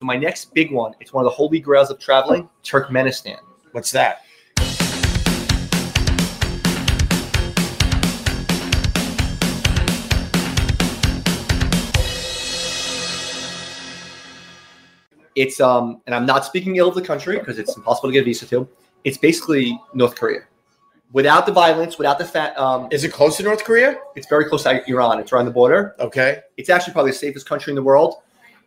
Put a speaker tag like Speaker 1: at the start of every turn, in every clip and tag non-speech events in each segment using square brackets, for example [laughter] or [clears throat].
Speaker 1: my next big one, it's one of the holy grails of traveling, Turkmenistan.
Speaker 2: What's that?
Speaker 1: It's um, and I'm not speaking ill of the country because it's impossible to get a visa to. It's basically North Korea, without the violence, without the fat. Um,
Speaker 2: Is it close to North Korea?
Speaker 1: it's very close to Iran. It's around the border.
Speaker 2: Okay.
Speaker 1: it's actually probably the safest country in the world,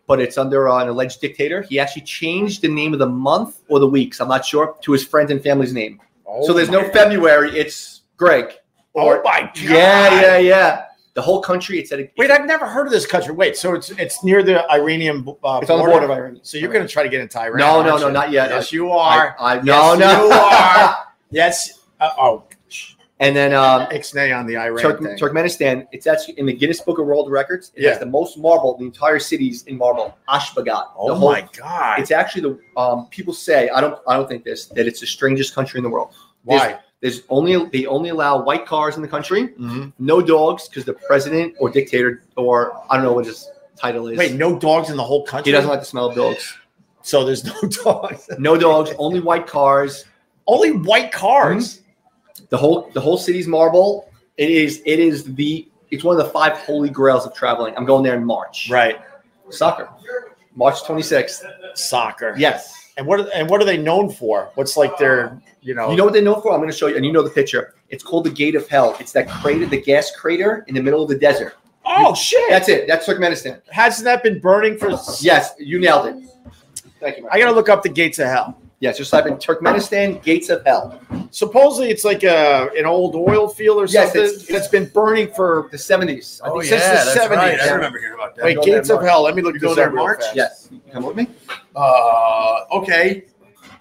Speaker 1: but it's under uh, an alleged dictator. He actually changed the name of the month or the weeks, I'm not sure, to his friends and family's name.
Speaker 2: Oh
Speaker 1: so there's
Speaker 2: my-
Speaker 1: no February, it's Greg.
Speaker 2: Oh my god.
Speaker 1: yeah, yeah, yeah. The whole country, it's at a,
Speaker 2: Wait, I've never heard of this country. Wait, so it's it's near the Iranian. Uh,
Speaker 1: it's on the border of Iran.
Speaker 2: So you're going to try to get into Iran?
Speaker 1: No, no,
Speaker 2: aren't
Speaker 1: no,
Speaker 2: you?
Speaker 1: not yet.
Speaker 2: Yes, you
Speaker 1: I-
Speaker 2: are.
Speaker 1: I- no,
Speaker 2: Yes,
Speaker 1: no. [laughs]
Speaker 2: you are. yes. Uh, oh,
Speaker 1: and then um,
Speaker 2: ixnay on the Iran
Speaker 1: Turk-
Speaker 2: thing.
Speaker 1: Turkmenistan, it's actually in the Guinness Book of World Records. It
Speaker 2: Yeah.
Speaker 1: has the most marble. The entire city's in marble. Ashbagat.
Speaker 2: oh
Speaker 1: the whole
Speaker 2: my god.
Speaker 1: It's actually the um, people say I don't I don't think this that it's the strangest country in the world. There's-
Speaker 2: Why?
Speaker 1: There's only they only allow white cars in the country,
Speaker 2: Mhm.
Speaker 1: no dogs because the president or dictator or I don't know what his title is.
Speaker 2: Wait, no dogs in the whole
Speaker 1: he
Speaker 2: country.
Speaker 1: doesn't like the smell of dogs.
Speaker 2: so there's no [laughs] dogs.
Speaker 1: No dogs, only white cars.
Speaker 2: Only white cars.
Speaker 1: Mm-hmm. The whole the whole city's marble. It is it is the it's one of the five holy grails of traveling. I'm going there in March.
Speaker 2: Right.
Speaker 1: Soccer, March 26th.
Speaker 2: Soccer.
Speaker 1: Yes.
Speaker 2: And what are, and what are they known for? What's like their you know?
Speaker 1: You know what they know for? I'm going to show you, and you know the picture. It's called the Gate of Hell. It's that crater, the gas crater in the middle of the desert.
Speaker 2: oh shit!
Speaker 1: That's it. That's Turkmenistan.
Speaker 2: Hasn't that been burning for? s-
Speaker 1: Yes, you nailed it. Thank you.
Speaker 2: I gotta look up the gates of hell.
Speaker 1: Yes, just type in Turkmenistan Gates of Hell.
Speaker 2: Supposedly, it's like a an old oil field or
Speaker 1: Yes,
Speaker 2: something
Speaker 1: it's-
Speaker 2: that's been burning for.
Speaker 1: The 70s. I
Speaker 3: Oh,
Speaker 1: think
Speaker 3: yeah,
Speaker 2: since the
Speaker 3: that's
Speaker 2: 70s.
Speaker 3: right. I remember hearing about that.
Speaker 2: Wait,
Speaker 3: Go there
Speaker 2: gates of
Speaker 3: March.
Speaker 2: hell. Let me look
Speaker 3: You
Speaker 2: this
Speaker 3: go there
Speaker 2: up real
Speaker 3: March?
Speaker 2: fast.
Speaker 1: Yes. You come with me?
Speaker 3: Uh, okay.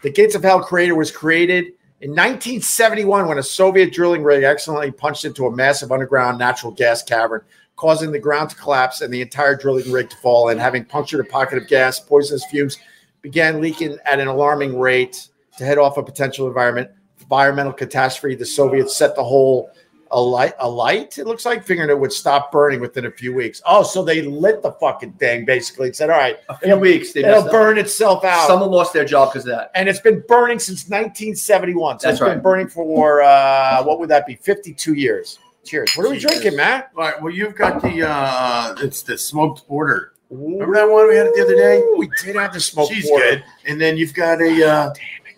Speaker 2: The gates of hell crater was created. In 1971, when a Soviet drilling rig accidentally punched into a massive underground natural gas cavern, causing the ground to collapse and the entire drilling rig to fall in, having punctured a pocket of gas, poisonous fumes began leaking at an alarming rate to head off a potential environment environmental catastrophe. The Soviets set the hole alight, alight. It looks like figuring it would stop burning within a few weeks. Oh, so they lit the fucking thing basically. It said, "All right,
Speaker 1: A few weeks. They
Speaker 2: it'll
Speaker 1: messed up.
Speaker 2: burn itself out."
Speaker 1: Someone lost their job because of that.
Speaker 2: and it's been burning since 1971. So
Speaker 1: That's
Speaker 2: it's been
Speaker 1: right.
Speaker 2: burning for uh, what would that be? 52 years. Cheers. What are we
Speaker 3: Jesus.
Speaker 2: drinking, Matt?
Speaker 3: All right. Well, you've got the uh, it's the smoked porter. Remember that one we had it the other day?
Speaker 2: Ooh, We did have the smoke.
Speaker 3: She's good. And then you've got a uh,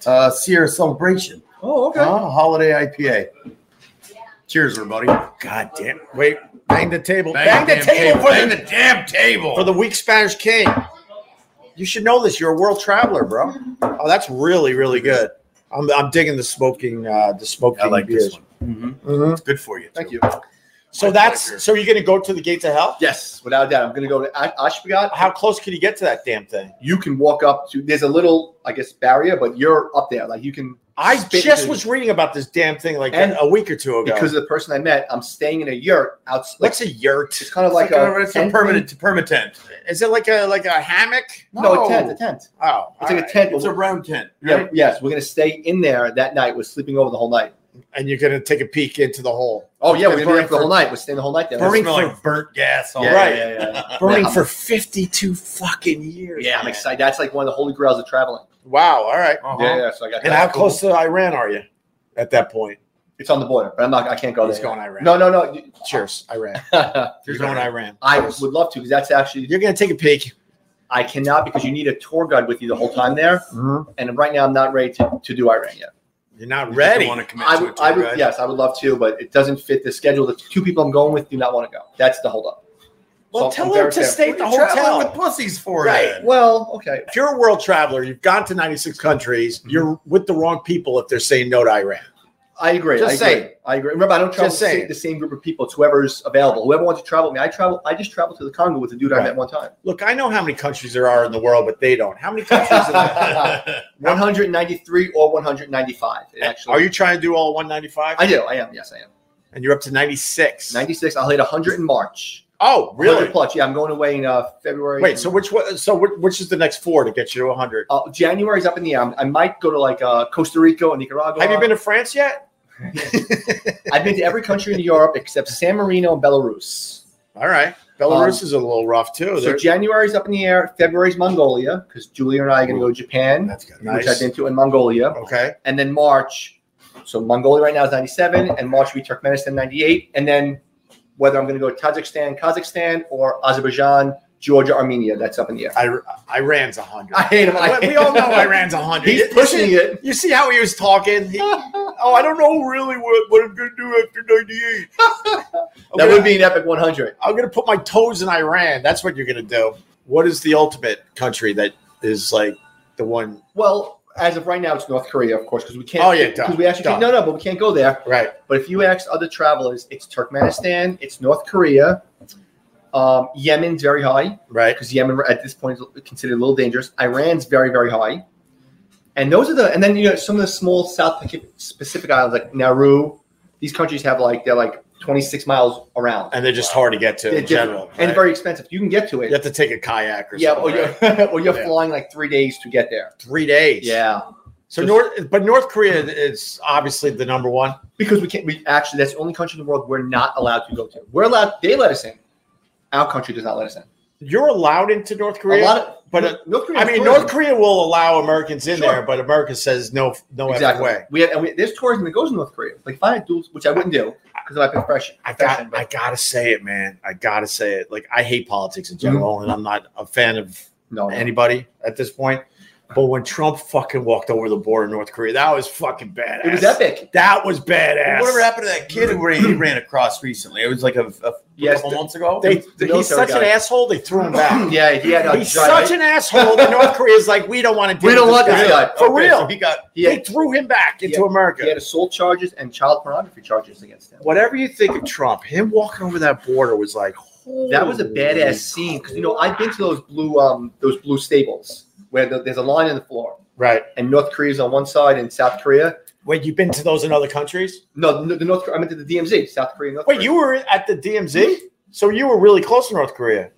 Speaker 3: uh, Sierra Celebration,
Speaker 1: Oh, okay.
Speaker 3: uh, holiday IPA. Cheers, everybody!
Speaker 2: God damn. Wait, bang the table. Bang,
Speaker 3: damn
Speaker 2: the table, For,
Speaker 3: Bang
Speaker 2: the,
Speaker 3: the damn table
Speaker 2: for the weak Spanish king. You should know this. You're a world traveler, bro. Oh, that's really, really good. I'm, I'm digging the smoking, uh, the smoking
Speaker 3: I like
Speaker 2: beers.
Speaker 3: this one. Mhm.
Speaker 2: Mhm.
Speaker 3: It's good for you.
Speaker 1: Thank
Speaker 3: too.
Speaker 1: you.
Speaker 2: So
Speaker 3: My
Speaker 2: that's
Speaker 3: pleasure.
Speaker 2: so you're gonna go to the gates of hell.
Speaker 1: Yes, without a doubt. I'm going to go to A- Ashgabat.
Speaker 2: How close can you get to that damn thing?
Speaker 1: You can walk up to, there's a little, I guess, barrier, but you're up there. Like you can,
Speaker 2: I
Speaker 1: Spit
Speaker 2: just
Speaker 1: into-
Speaker 2: was reading about this damn thing like
Speaker 1: And-
Speaker 2: a week or two ago.
Speaker 1: because of the person I met, I'm staying in a yurt outside. Like,
Speaker 2: What's a yurt?
Speaker 1: it's kind of
Speaker 3: It's
Speaker 1: like,
Speaker 3: like a, it's a
Speaker 1: tent
Speaker 3: permanent permitent.
Speaker 2: Is it like a like a hammock?
Speaker 1: thing. No, a tent, a tent.
Speaker 2: Oh, all
Speaker 1: It's like
Speaker 2: right.
Speaker 1: a tent.
Speaker 3: It's a round tent.
Speaker 1: Yeah,
Speaker 3: Right?
Speaker 1: Yes, we're gonna stay in there that night. We're sleeping over the whole night.
Speaker 2: and you're gonna take a peek into the hole.
Speaker 1: Oh yeah, we're gonna be
Speaker 2: Burning
Speaker 1: there for the whole night. We're staying the whole night there.
Speaker 3: It
Speaker 2: Burning
Speaker 3: smells like burnt gas. All
Speaker 1: yeah,
Speaker 2: right.
Speaker 1: Yeah, yeah, yeah.
Speaker 2: Burning
Speaker 1: Yeah.
Speaker 2: for 52 fucking years.
Speaker 1: Yeah, I'm
Speaker 2: man.
Speaker 1: excited. That's like one of the holy grails of traveling.
Speaker 2: Wow. All right.
Speaker 3: Uh-huh.
Speaker 1: Yeah, yeah. So I got
Speaker 2: And
Speaker 1: that.
Speaker 2: how close to Iran are you at that point?
Speaker 1: It's on the border, but I'm not. I can't go
Speaker 2: He's
Speaker 1: there.
Speaker 2: going Iran.
Speaker 1: No, no, no.
Speaker 2: Cheers,
Speaker 1: [laughs]
Speaker 2: Iran. You're [laughs]
Speaker 3: Here's
Speaker 2: going Iran.
Speaker 3: Iran.
Speaker 1: I would love to because that's actually
Speaker 2: You're gonna take a peek.
Speaker 1: I cannot because you need a tour guide with you the whole time there. And right now I'm not ready to, to do Iran yet.
Speaker 2: You're not
Speaker 3: You
Speaker 2: ready.
Speaker 3: don't want to commit
Speaker 1: I
Speaker 3: to
Speaker 1: would,
Speaker 3: it,
Speaker 1: I would,
Speaker 3: right?
Speaker 1: yes, I would love to, but it doesn't fit the schedule. The two people I'm going with do not want to go. That's the holdup.
Speaker 2: well,
Speaker 1: So
Speaker 2: tell
Speaker 1: I'm
Speaker 2: her
Speaker 1: very
Speaker 2: to
Speaker 1: fair.
Speaker 2: stay at
Speaker 3: What
Speaker 2: the
Speaker 3: are you traveling
Speaker 2: hotel.
Speaker 3: with pussies for
Speaker 2: Right.
Speaker 3: then?
Speaker 1: Well, okay.
Speaker 2: if you're a world traveler, you've gone to 96 countries.
Speaker 1: Mm-hmm.
Speaker 2: You're with the wrong people if they're saying no to Iran.
Speaker 1: I agree.
Speaker 2: Just
Speaker 1: I agree.
Speaker 2: saying.
Speaker 1: I agree. Remember, I don't travel with
Speaker 2: Just
Speaker 1: the
Speaker 2: saying.
Speaker 1: same, the same group of people. It's whoever's available. Whoever wants to travel with me, I travel. I just traveled to the Congo with a dude I
Speaker 2: Right.
Speaker 1: met one time.
Speaker 2: Look, I know how many countries there are in the world, but they don't. How many countries? Are
Speaker 3: [laughs]
Speaker 2: there?
Speaker 1: One hundred ninety-three or one hundred ninety-five. [laughs] Actually,
Speaker 2: Are you trying to do all 195?
Speaker 1: I do. I am. Yes, I am.
Speaker 2: and you're up to 96.
Speaker 1: Ninety-six. I'll hit hundred in March.
Speaker 2: oh,
Speaker 1: 100
Speaker 2: really?
Speaker 1: Plus, yeah. I'm going away in uh, February.
Speaker 2: Wait, so which one, so whi- which is the next four to get you to 100?
Speaker 1: uh, January's up in the air. I'm- I might go to like uh, Costa Rica and Nicaragua.
Speaker 2: Have you been to France yet?
Speaker 1: I've been to every country in Europe except San Marino and Belarus.
Speaker 2: All right. Belarus is a little rough too.
Speaker 1: Um, So
Speaker 2: [laughs] They're
Speaker 1: January's up in the air. February's Mongolia because Julia and I are going to go to Japan,
Speaker 3: That's good.
Speaker 1: which I've
Speaker 2: nice.
Speaker 1: been to, and Mongolia,
Speaker 2: Okay.
Speaker 1: and then March. So Mongolia right now is 97, and March will be Turkmenistan 98, and then whether I'm going to go to Tajikistan, Kazakhstan, or Azerbaijan, Georgia, Armenia. That's up in the air.
Speaker 2: I, Iran's a
Speaker 1: [laughs]
Speaker 2: hundred.
Speaker 1: I hate him. I
Speaker 2: We-
Speaker 1: hate
Speaker 2: we all know
Speaker 1: him.
Speaker 2: Iran's a hundred.
Speaker 1: He's pushing it.
Speaker 2: You see how he was talking? He- oh, I don't know really what, what I'm going to do after 98.
Speaker 1: That would be an epic 100.
Speaker 2: I'm going to put my toes in Iran. That's what you're going to do. What is the ultimate country that is like the one?
Speaker 1: Well, as of right now, it's North Korea, of course, because we can't.
Speaker 2: Oh, yeah, duh,
Speaker 1: because we actually
Speaker 2: duh.
Speaker 1: can't, no, no, but we can't go there.
Speaker 2: Right.
Speaker 1: But if you ask other travelers, it's Turkmenistan, it's North Korea, um, Yemen's very high
Speaker 2: Right.
Speaker 1: because Yemen at this point is considered a little dangerous. Iran's very very high, and those are the and then you know some of the small South Pacific- Pacific islands like Nauru. These countries have like they're like 26 miles around.
Speaker 2: And they're just hard to get to
Speaker 1: They're
Speaker 2: in
Speaker 1: different
Speaker 2: general.
Speaker 1: and
Speaker 2: right?
Speaker 1: very expensive. You can get to it.
Speaker 2: you have to take a kayak or
Speaker 1: Yeah, or
Speaker 2: something.
Speaker 1: you're,
Speaker 2: right?
Speaker 1: or you're [laughs]
Speaker 2: Yeah.
Speaker 1: flying like three days to get there.
Speaker 2: Three days.
Speaker 1: Yeah,
Speaker 2: So North, but North Korea is obviously the number one.
Speaker 1: because we can't. We actually that's the only country in the world we're not allowed to go to. We're allowed. They let us in. Our country does not let us in.
Speaker 2: You're allowed into North
Speaker 1: A
Speaker 2: Korea.
Speaker 1: lot of, but
Speaker 2: but, uh,
Speaker 1: North Korea.
Speaker 2: I
Speaker 1: has
Speaker 2: mean,
Speaker 1: tourism.
Speaker 2: North Korea will allow Americans in
Speaker 1: Sure.
Speaker 2: there, but America says no, no
Speaker 1: exactly.
Speaker 2: way.
Speaker 1: We have, and we, there's tourism that goes to North Korea. Like fine, duels, which I wouldn't do because of my profession.
Speaker 2: I got,
Speaker 1: profession,
Speaker 2: I
Speaker 1: but
Speaker 2: gotta say it, man. I gotta say it. Like, I hate politics in general,
Speaker 1: Mm-hmm.
Speaker 2: and I'm not a fan of
Speaker 1: no, no.
Speaker 2: anybody at this point. But when Trump fucking walked over the border in North Korea, that was fucking badass.
Speaker 1: it was epic.
Speaker 2: That was badass.
Speaker 3: Whatever happened to that kid who ran, he ran across recently? It was like a, a
Speaker 1: Yes,
Speaker 3: couple
Speaker 1: the-
Speaker 3: months ago.
Speaker 2: They,
Speaker 1: The military
Speaker 2: he's such an
Speaker 1: guy.
Speaker 2: asshole. They threw him
Speaker 1: [clears throat]
Speaker 2: back.
Speaker 1: yeah, he had uh, a
Speaker 2: He's such an asshole that North Korea's like, we don't want to.
Speaker 1: We don't want this guy.
Speaker 2: for
Speaker 3: Okay,
Speaker 2: real.
Speaker 3: so he got
Speaker 1: he had,
Speaker 2: they threw him back into
Speaker 1: Yeah.
Speaker 2: America.
Speaker 1: he had assault charges and child pornography charges against him.
Speaker 2: Whatever you think of Trump, him walking over that border was like
Speaker 1: That was a
Speaker 2: holy
Speaker 1: badass scene because you know I've been to those blue um those blue stables where the, there's a line in the floor
Speaker 2: Right.
Speaker 1: and North Korea's on one side and South Korea.
Speaker 2: Wait, you've been to those in other countries?
Speaker 1: No, the, the North. I meant to the DMZ, South Korea. North
Speaker 2: Wait,
Speaker 1: Korea.
Speaker 2: you were at the DMZ? So you were really close to North Korea.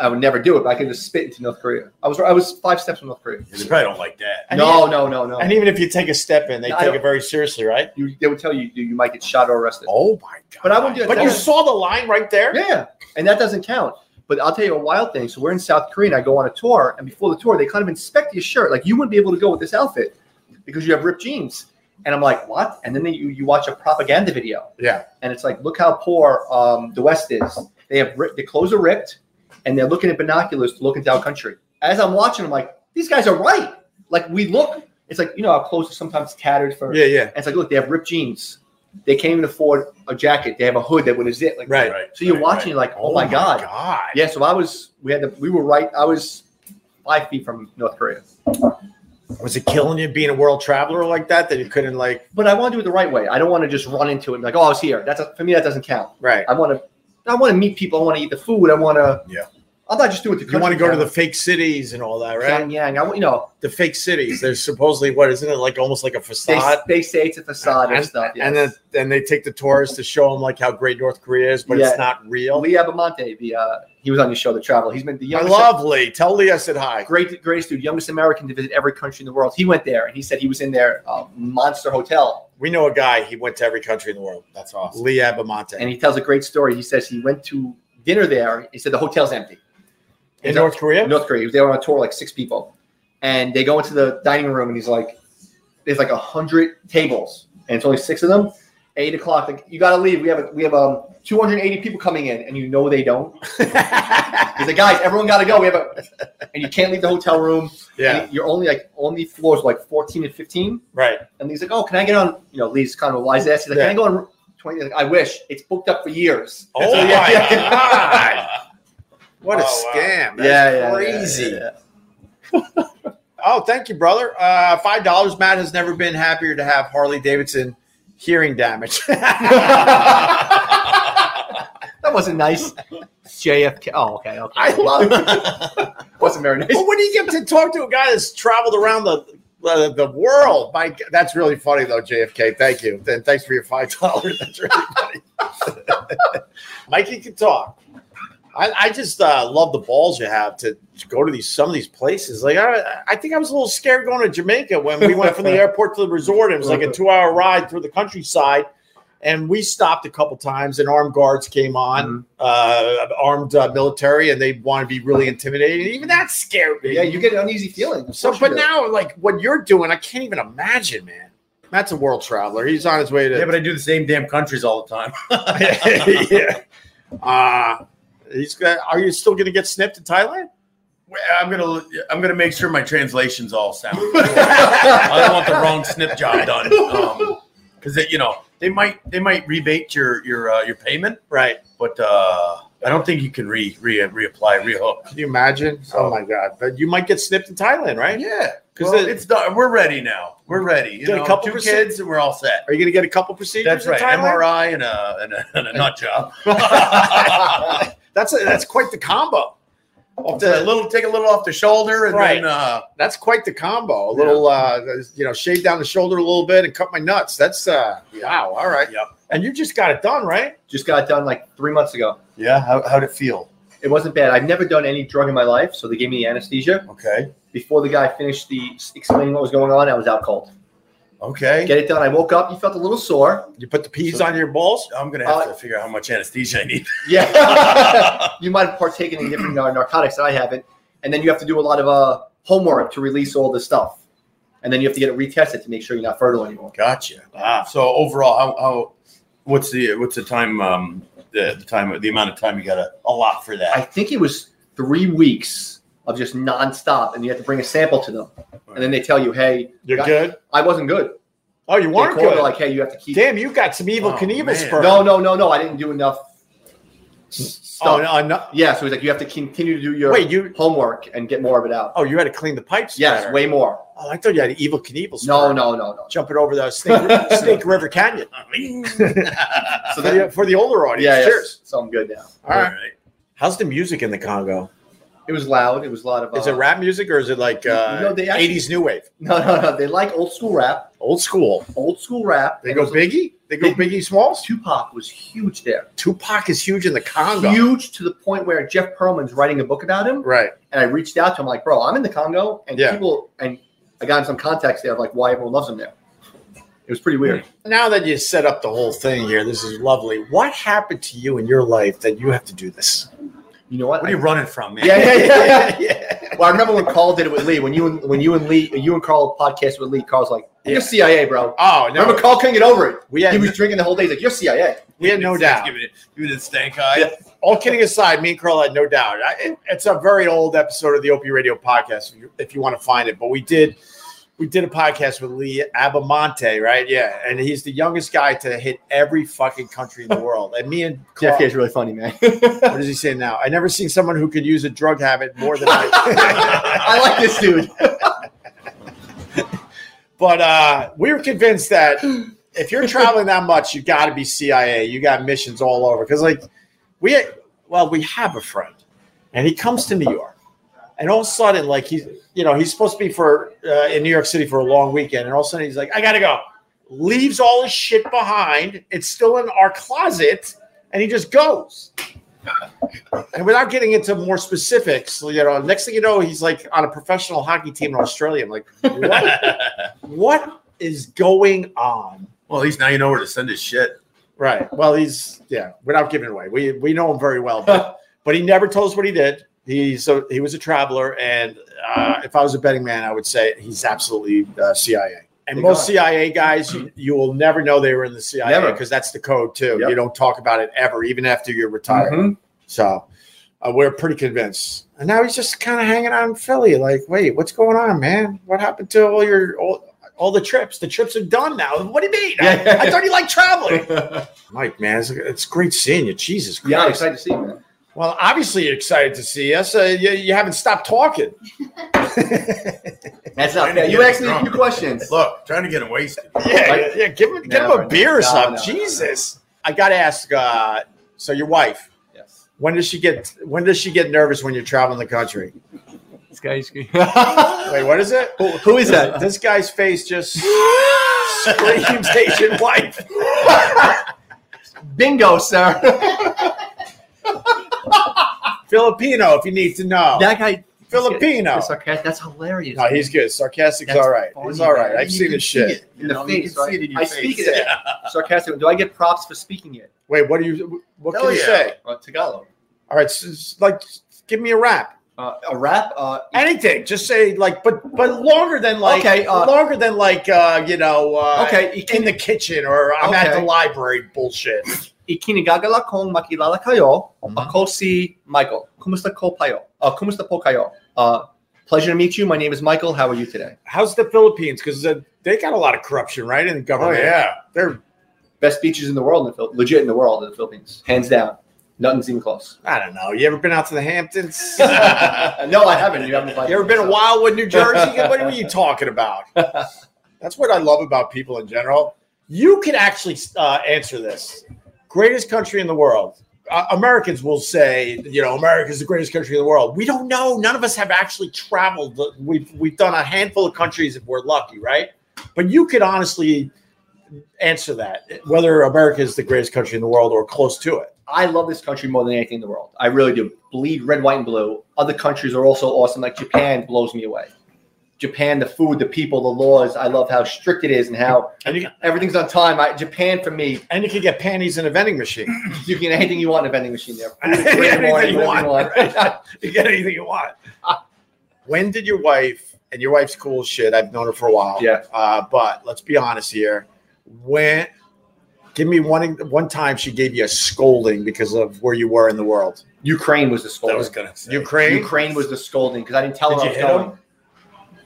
Speaker 1: I would never do it, but I could just spit into North Korea. I was I was five steps from North Korea.
Speaker 3: They probably don't like that.
Speaker 2: And
Speaker 1: No, no, no, no.
Speaker 2: And even if you take a step in, they
Speaker 1: No, I
Speaker 2: take
Speaker 1: don't-
Speaker 2: it very seriously, right?
Speaker 1: You, they would tell you you you might get shot or arrested.
Speaker 2: Oh my god.
Speaker 1: But I wouldn't do it.
Speaker 2: But you saw the line right there?
Speaker 1: Yeah, and that doesn't count. But I'll tell you a wild thing. So we're in South Korea, and I go on a tour, and before the tour, they kind of inspect your shirt. Like you wouldn't be able to go with this outfit because you have ripped jeans. And I'm like, what? And then they, you you watch a propaganda video,
Speaker 2: Yeah.
Speaker 1: and it's like, look how poor um, the West is. They have ripped, their clothes are ripped, and they're looking at binoculars to look into our country. As I'm watching, I'm like, these guys are right. Like we look, it's like you know our clothes are sometimes tattered for.
Speaker 2: Yeah, yeah.
Speaker 1: And it's like, look, they have ripped jeans. They can't even afford a jacket. They have a hood that would zip. Like
Speaker 2: Right.
Speaker 1: so you're
Speaker 3: right,
Speaker 1: watching, you're like, oh, my god. Yeah. So I was, we had, the, we were right. I was five feet from North Korea,
Speaker 2: Was it killing you being a world traveler like that that you couldn't like
Speaker 1: but I want to do it the right way. I don't want to just run into it and be like, oh, I was here. That's a, for me. That doesn't count.
Speaker 2: right?
Speaker 1: I want to, I want to meet people. I want to eat the food. I want to.
Speaker 3: Yeah.
Speaker 1: I'm not just doing the.
Speaker 2: You want to go to the fake cities and all that, right?
Speaker 1: Pyongyang. I want, you know,
Speaker 2: The fake cities. They're supposedly what isn't it like almost like a
Speaker 1: they,
Speaker 2: facade?
Speaker 1: they say it's a facade and, stuff.
Speaker 2: And then and they take the tourists to show them like how great North Korea is, but
Speaker 1: Yeah.
Speaker 2: it's not real.
Speaker 1: Lee Abamonte, the uh, he was on your show, The Travel. He's been the
Speaker 2: I
Speaker 1: youngest.
Speaker 2: love Lee. Tell Lee I said hi.
Speaker 1: great greatest dude, youngest American to visit every country in the world. He went there and he said he was in their uh, monster hotel.
Speaker 2: We know a guy. He went to every country in the world.
Speaker 3: That's awesome.
Speaker 2: Lee Abamonte
Speaker 1: And he tells a great story. He says he went to dinner there. He said the hotel's empty.
Speaker 2: in North Korea.
Speaker 1: North Korea. He was there on a tour, like six people. And they go into the dining room and he's like, there's like a hundred tables and it's only six of them. Eight o'clock, like you gotta leave. We have a, we have um 280 people coming in, and you know they don't.
Speaker 3: [laughs]
Speaker 1: He's like, guys, everyone gotta go. We have a, [laughs] and you can't leave the hotel room.
Speaker 2: yeah,
Speaker 1: And you're only like only floors like 14 and 15.
Speaker 2: right.
Speaker 1: And he's like, "Oh, can I get on?" You know, Lee's kind of a wise ass. He's like, "Can I go on?" Route 20? He's like, I wish it's booked up for years.
Speaker 2: Oh
Speaker 1: So,
Speaker 2: my
Speaker 1: yeah, yeah, yeah.
Speaker 2: god! What a
Speaker 3: Oh, wow.
Speaker 2: scam! That's
Speaker 1: Yeah, yeah, yeah,
Speaker 2: crazy.
Speaker 1: yeah, yeah.
Speaker 2: Oh, thank you, brother. Uh, Five dollars. Matt has never been happier to have Harley Davidson hearing damage. [laughs]
Speaker 1: [laughs] That wasn't nice. JFK. Oh, okay, okay.
Speaker 2: I love
Speaker 1: [laughs]
Speaker 2: Oh,
Speaker 1: wasn't very nice.
Speaker 2: But when you get to talk to a guy that's traveled around the the, the world, my g- that's really funny though, JFK. Thank you, and thanks for your five dollars. [laughs] That's really funny. [laughs] Mikey can talk. I, I just uh, love the balls you have to, to go to these some of these places. Like I, I think I was a little scared going to Jamaica when we went from the airport to the resort. It was like a two hour ride through the countryside, And we stopped a couple times, and armed guards came on, uh, armed uh, military, and they want to be really intimidating. Even that scared me.
Speaker 1: Yeah, you get an uneasy feeling. Of
Speaker 2: So,
Speaker 1: course you
Speaker 2: but
Speaker 1: do.
Speaker 2: now, like what you're doing, I can't even imagine, man. Matt's a world traveler. He's on his way to.
Speaker 3: Yeah, but I do the same damn countries all the time.
Speaker 2: [laughs] yeah. Uh, he's got. Are you still going to get snipped in Thailand?
Speaker 3: Well, I'm gonna I'm gonna make sure my translations all [laughs] sound. I don't want the wrong snip job done because it you know they might they might rebate your your uh, your payment,
Speaker 2: [laughs] Right.
Speaker 3: but uh, I don't think you can re re reapply rehook.
Speaker 2: Can you imagine? oh
Speaker 3: So-
Speaker 2: my God! But you might get snipped in Thailand, right?
Speaker 3: Yeah,
Speaker 2: 'Cause
Speaker 3: because
Speaker 2: the-
Speaker 3: it's done. We're ready now. We're ready. You
Speaker 2: Get a
Speaker 3: know,
Speaker 2: couple
Speaker 3: two
Speaker 2: percent-
Speaker 3: kids and we're all set.
Speaker 2: Are you going to get a couple procedures?
Speaker 3: That's
Speaker 2: in
Speaker 3: right.
Speaker 2: Thailand?
Speaker 3: MRI and a, and a and a nut job.
Speaker 2: [laughs] that's a, that's quite the combo. Off
Speaker 3: a
Speaker 2: the-
Speaker 3: little take a little off the shoulder and
Speaker 2: Right.
Speaker 3: then uh,
Speaker 2: that's quite the combo. A
Speaker 3: Yeah.
Speaker 2: little, uh, you know, shave down the shoulder a little bit and cut my nuts. That's uh, wow. All right.
Speaker 3: Yep.
Speaker 2: And you just got it done, right?
Speaker 1: just got done like three months ago.
Speaker 3: yeah. How how'd it feel?
Speaker 1: It wasn't bad. I've never done any drug in my life, so they gave me the anesthesia.
Speaker 3: Okay.
Speaker 1: Before the guy finished the explaining what was going on, I was out cold.
Speaker 3: Okay.
Speaker 1: Get it done. I woke up. You felt a little sore.
Speaker 2: You put the peas
Speaker 3: So-
Speaker 2: on your balls.
Speaker 3: I'm gonna have
Speaker 1: Uh,
Speaker 3: to figure out how much anesthesia I need. [laughs]
Speaker 1: Yeah,
Speaker 2: [laughs]
Speaker 1: you might have partaken in different uh, narcotics that I haven't, and then you have to do a lot of uh, homework to release all this stuff, and then you have to get it retested to make sure you're not fertile anymore.
Speaker 3: gotcha.
Speaker 2: Ah,
Speaker 3: So overall, how, how what's the what's the time um the, the time the amount of time you gotta allot for
Speaker 1: I
Speaker 3: that?
Speaker 1: think it was three weeks of just nonstop, and you have to bring a sample to them, and then they tell you, "Hey,
Speaker 2: you're
Speaker 1: Got-
Speaker 2: good.
Speaker 1: I wasn't good."
Speaker 2: Oh, you
Speaker 1: They
Speaker 2: weren't
Speaker 1: called,
Speaker 2: good.
Speaker 1: Like, "Hey, you have to keep."
Speaker 2: Damn, you got some evil
Speaker 3: Oh,
Speaker 2: Knievel
Speaker 3: man.
Speaker 2: spur.
Speaker 1: No, no, no, no. I didn't do enough s-
Speaker 2: Oh,
Speaker 1: stuff.
Speaker 2: no, no.
Speaker 1: Yeah, so he's like, you have to continue to do your
Speaker 2: Wait, you.
Speaker 1: homework and get more of it out.
Speaker 2: Oh, you had to clean the pipes.
Speaker 1: yes,
Speaker 2: better.
Speaker 1: way more.
Speaker 2: Oh, I thought you had an evil Knievel spur.
Speaker 1: No, no, no, no.
Speaker 2: Jumping over
Speaker 1: [laughs]
Speaker 2: the Snake, Snake River Canyon.
Speaker 3: [laughs]
Speaker 1: So
Speaker 2: [laughs] For
Speaker 1: that,
Speaker 2: the, for the older audience.
Speaker 1: yeah,
Speaker 2: Cheers.
Speaker 1: cheers. So I'm good now.
Speaker 2: All right. How's the music in the Congo?
Speaker 1: It was loud. It was a lot of.
Speaker 2: Is it rap music or is it like uh,
Speaker 1: No, Uh, they actually-
Speaker 2: 80s new wave?
Speaker 1: No, no, no. They like old school rap.
Speaker 2: Old school.
Speaker 1: Old school rap.
Speaker 2: They
Speaker 1: And
Speaker 2: go
Speaker 1: it was-
Speaker 2: Biggie? They go Biggie Smalls?
Speaker 1: Tupac was huge there.
Speaker 2: Tupac is huge in the Congo.
Speaker 1: Huge to the point where Jeff Perlman's writing a book about him.
Speaker 2: Right.
Speaker 1: And I reached out to him like, bro, I'm in the Congo, and
Speaker 2: Yeah.
Speaker 1: people and I got him some contacts there of like why everyone loves him there. It was pretty weird.
Speaker 2: Now that you set up the whole thing here, this is lovely. What happened to you in your life that you have to do this?
Speaker 1: You know what?
Speaker 3: What are you running from, man?
Speaker 1: Yeah, yeah, yeah,
Speaker 2: [laughs] yeah.
Speaker 1: Well, I remember when Carl did it with Lee. When you and when you and Lee, you and Carl podcast with Lee, Carl's like, "You're
Speaker 2: Yeah.
Speaker 1: CIA, bro."
Speaker 2: Oh, no.
Speaker 1: Remember Carl couldn't get over it.
Speaker 2: We had-
Speaker 1: he was drinking the whole day. He's like, "You're CIA."
Speaker 2: we had no
Speaker 3: It's-
Speaker 2: doubt.
Speaker 3: Give it, give it a stank eye. [laughs]
Speaker 2: Yeah. All kidding aside, me and Carl had no doubt. I, it- it's a very old episode of the Opie Radio podcast, if you, if you want to find it. But we did we did a podcast with Lee Abamonte, right? Yeah, and he's the youngest guy to hit every fucking country in the world. And me [laughs] and Carl,
Speaker 1: JFK is really funny, man.
Speaker 2: what does he say now? I never seen someone who could use a drug habit more than I.
Speaker 1: I like this dude.
Speaker 2: but uh, we were convinced that if you're traveling that much, you got to be CIA. You got missions all over. Because like we, had, well, we have a friend, and he comes to New York, and all of a sudden, like he's, you know, he's supposed to be for uh, in New York City for a long weekend, and all of a sudden he's like, I gotta go. Leaves all his shit behind. It's still in our closet, and he just goes. And without getting into more specifics, you know, next thing you know, he's like on a professional hockey team in Australia. I'm like, what? what is going on?
Speaker 3: well, at least now you know where to send his shit.
Speaker 2: Right. Well, he's yeah. Without giving it away, we we know him very well, [laughs] but but he never told us what he did. He's a, he was a traveler, and uh, if I was a betting man, I would say he's absolutely uh, CIA. And
Speaker 1: They
Speaker 2: most
Speaker 1: got it.
Speaker 2: CIA guys, [clears throat] you, you will never know they were in the CIA
Speaker 1: Never.
Speaker 2: because that's the code too.
Speaker 1: Yep.
Speaker 2: You don't talk about it ever, even after you're retired. So uh, we're pretty convinced. And now he's just kind of hanging out in Philly. Like, wait, what's going on, man? What happened to all your all, all the trips? The trips are done now. What do you mean?
Speaker 1: Yeah.
Speaker 2: I, I thought you liked traveling. Mike, man, it's, it's great seeing you. Jesus
Speaker 1: Yeah, I'm
Speaker 2: Christ.
Speaker 1: excited to see you, man.
Speaker 2: well, obviously you're excited to see us. Uh, you, you haven't stopped talking.
Speaker 1: That's not fair.
Speaker 3: Trying to get
Speaker 1: You
Speaker 3: him
Speaker 1: asked me a
Speaker 3: drunk.
Speaker 1: few questions.
Speaker 3: Look, trying to get him wasted.
Speaker 2: Yeah,
Speaker 1: Like-
Speaker 2: yeah. Give him, give him
Speaker 1: No,
Speaker 2: a
Speaker 1: no,
Speaker 2: beer
Speaker 1: no,
Speaker 2: or something.
Speaker 1: no, no, no.
Speaker 2: Jesus. I got to ask. Uh, so your wife,
Speaker 1: Yes.
Speaker 2: when does she get when does she get nervous when you're traveling the country?
Speaker 4: This guy used to be-
Speaker 2: Wait, what is it?
Speaker 1: Who is that?
Speaker 2: This guy's
Speaker 1: [laughs]
Speaker 2: face just screams Asian wife.
Speaker 1: Bingo, sir.
Speaker 2: Filipino, if you need to know.
Speaker 1: that guy
Speaker 2: Filipino.
Speaker 1: The sarcastic- that's hilarious.
Speaker 2: No, he's good. Sarcastic's
Speaker 1: That's
Speaker 2: all right.
Speaker 1: funny,
Speaker 2: He's all right.
Speaker 1: man.
Speaker 2: I've seen his shit.
Speaker 1: In
Speaker 3: You
Speaker 1: the
Speaker 3: know, you
Speaker 1: face,
Speaker 3: can
Speaker 1: right?
Speaker 3: see it in your
Speaker 1: I speak
Speaker 3: face.
Speaker 1: it. sarcastic. Do I get props for speaking it?
Speaker 2: Wait, what do you? What
Speaker 3: Hell
Speaker 2: can you
Speaker 3: yeah.
Speaker 2: say?
Speaker 1: Uh, Tagalog.
Speaker 2: All right, so it's like give me a rap.
Speaker 1: Uh, a rap. Uh,
Speaker 2: Anything. Just say like, but but longer than like
Speaker 1: Okay, uh,
Speaker 2: longer than like uh, you know uh,
Speaker 1: okay. Ikin,
Speaker 2: in the kitchen or I'm at the
Speaker 1: Okay.
Speaker 2: library bullshit.
Speaker 1: ikinigagala kong makilala kayo.
Speaker 2: Mhm.
Speaker 1: Ako si Michael. Kumusta ko payo? Uh, kumusta po kayo? Uh, pleasure to meet you. My name is Michael. How are you today?
Speaker 2: How's the Philippines? Because they got a lot of corruption, right? In the
Speaker 3: Oh
Speaker 2: government.
Speaker 3: yeah.
Speaker 2: They're
Speaker 1: Best beaches in the world in the Phil- legit in the world in the Philippines, hands down. Nothing's even close. [laughs]
Speaker 2: I don't know. You ever been out to the Hamptons?
Speaker 1: no,
Speaker 2: you
Speaker 1: I haven't. You haven't. invited
Speaker 2: ever
Speaker 1: me,
Speaker 2: been to
Speaker 1: so-
Speaker 2: Wildwood, New Jersey? what are you talking about? That's what I love about people in general. You can actually uh, answer this. Greatest country in the world. Uh, Americans will say, you know, America is the greatest country in the world. We don't know. None of us have actually traveled. The- We've we've done a handful of countries if we're lucky, right? But you could honestly answer that whether America is the greatest country in the world or close to it.
Speaker 1: I love this country more than anything in the world. I really do. Bleed red, white, and blue. Other countries are also awesome. Like Japan blows me away. Japan, the food, the people, the laws. I love how strict it is and how
Speaker 2: And you
Speaker 1: everything's on time. I, Japan for me,
Speaker 2: and you can get panties in a vending machine.
Speaker 1: you can get anything you want in a vending machine
Speaker 3: [laughs]
Speaker 1: there. Food,
Speaker 2: Anything
Speaker 1: great morning,
Speaker 2: you
Speaker 1: whatever
Speaker 2: want,
Speaker 1: you want.
Speaker 2: [laughs] you get anything you want. when did your wife and your wife's cool as shit? I've known her for a while.
Speaker 1: Yeah.
Speaker 2: Uh, but let's be honest here. When give me one one time she gave you a scolding because of where you were in the world.
Speaker 1: [laughs] Ukraine was the
Speaker 3: That
Speaker 1: scolding.
Speaker 3: was gonna say.
Speaker 2: Ukraine.
Speaker 1: Ukraine was the scolding because I didn't tell
Speaker 3: Did
Speaker 1: her
Speaker 3: you
Speaker 1: I was
Speaker 3: hit
Speaker 1: going.
Speaker 3: him?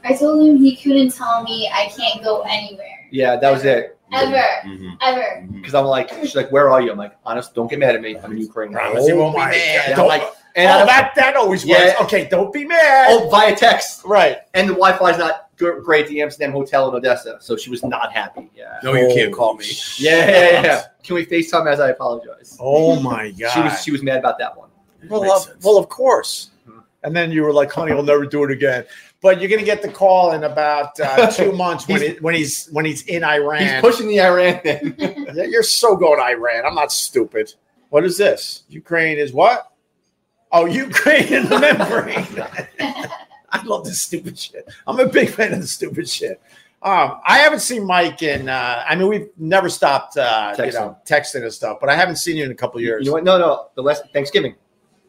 Speaker 5: I told him he couldn't tell me I can't go anywhere.
Speaker 1: Yeah, that was it.
Speaker 5: Ever.
Speaker 3: Mhm.
Speaker 5: Ever.
Speaker 3: Mhm.
Speaker 1: Because I'm like, she's like, where are you? I'm like, honest, don't get mad at me. I'm in Ukraine.
Speaker 3: Promise you won't be mad.
Speaker 1: And I'm
Speaker 2: Don't-
Speaker 1: like, and
Speaker 2: oh,
Speaker 1: I'm like,
Speaker 2: that that always
Speaker 1: Yeah.
Speaker 2: works. Okay, don't be mad.
Speaker 1: oh, via text.
Speaker 2: Right.
Speaker 1: and the Wi-Fi is not gr- great at the Amsterdam hotel in Odessa, so she was not happy. Yeah,
Speaker 3: No, you can't call me.
Speaker 1: yeah, yeah,
Speaker 3: [laughs]
Speaker 1: yeah. yeah. Can we FaceTime as I apologize?
Speaker 2: [laughs] Oh my god.
Speaker 1: She was she was mad about that one.
Speaker 2: Well,
Speaker 3: Makes
Speaker 2: of,
Speaker 3: sense.
Speaker 2: well, of course.
Speaker 1: Hmm.
Speaker 2: And then you were like, "Honey, I'll never do it again." But you're gonna get the call in about uh, [laughs] two months when
Speaker 1: He's-
Speaker 2: it, when he's when he's in Iran.
Speaker 1: He's pushing the Iran thing.
Speaker 2: Yeah, You're so going Iran. I'm not stupid. What is this? Ukraine is what? Oh, Ukraine in the membrane. [laughs] I love this stupid shit. I'm a big fan of the stupid shit. Um, I haven't seen Mike in. Uh, I mean, we've never stopped, uh, you
Speaker 1: Texting.
Speaker 2: know, texting and stuff. But I haven't seen you in a couple years.
Speaker 1: You know what? No, no. The last Thanksgiving,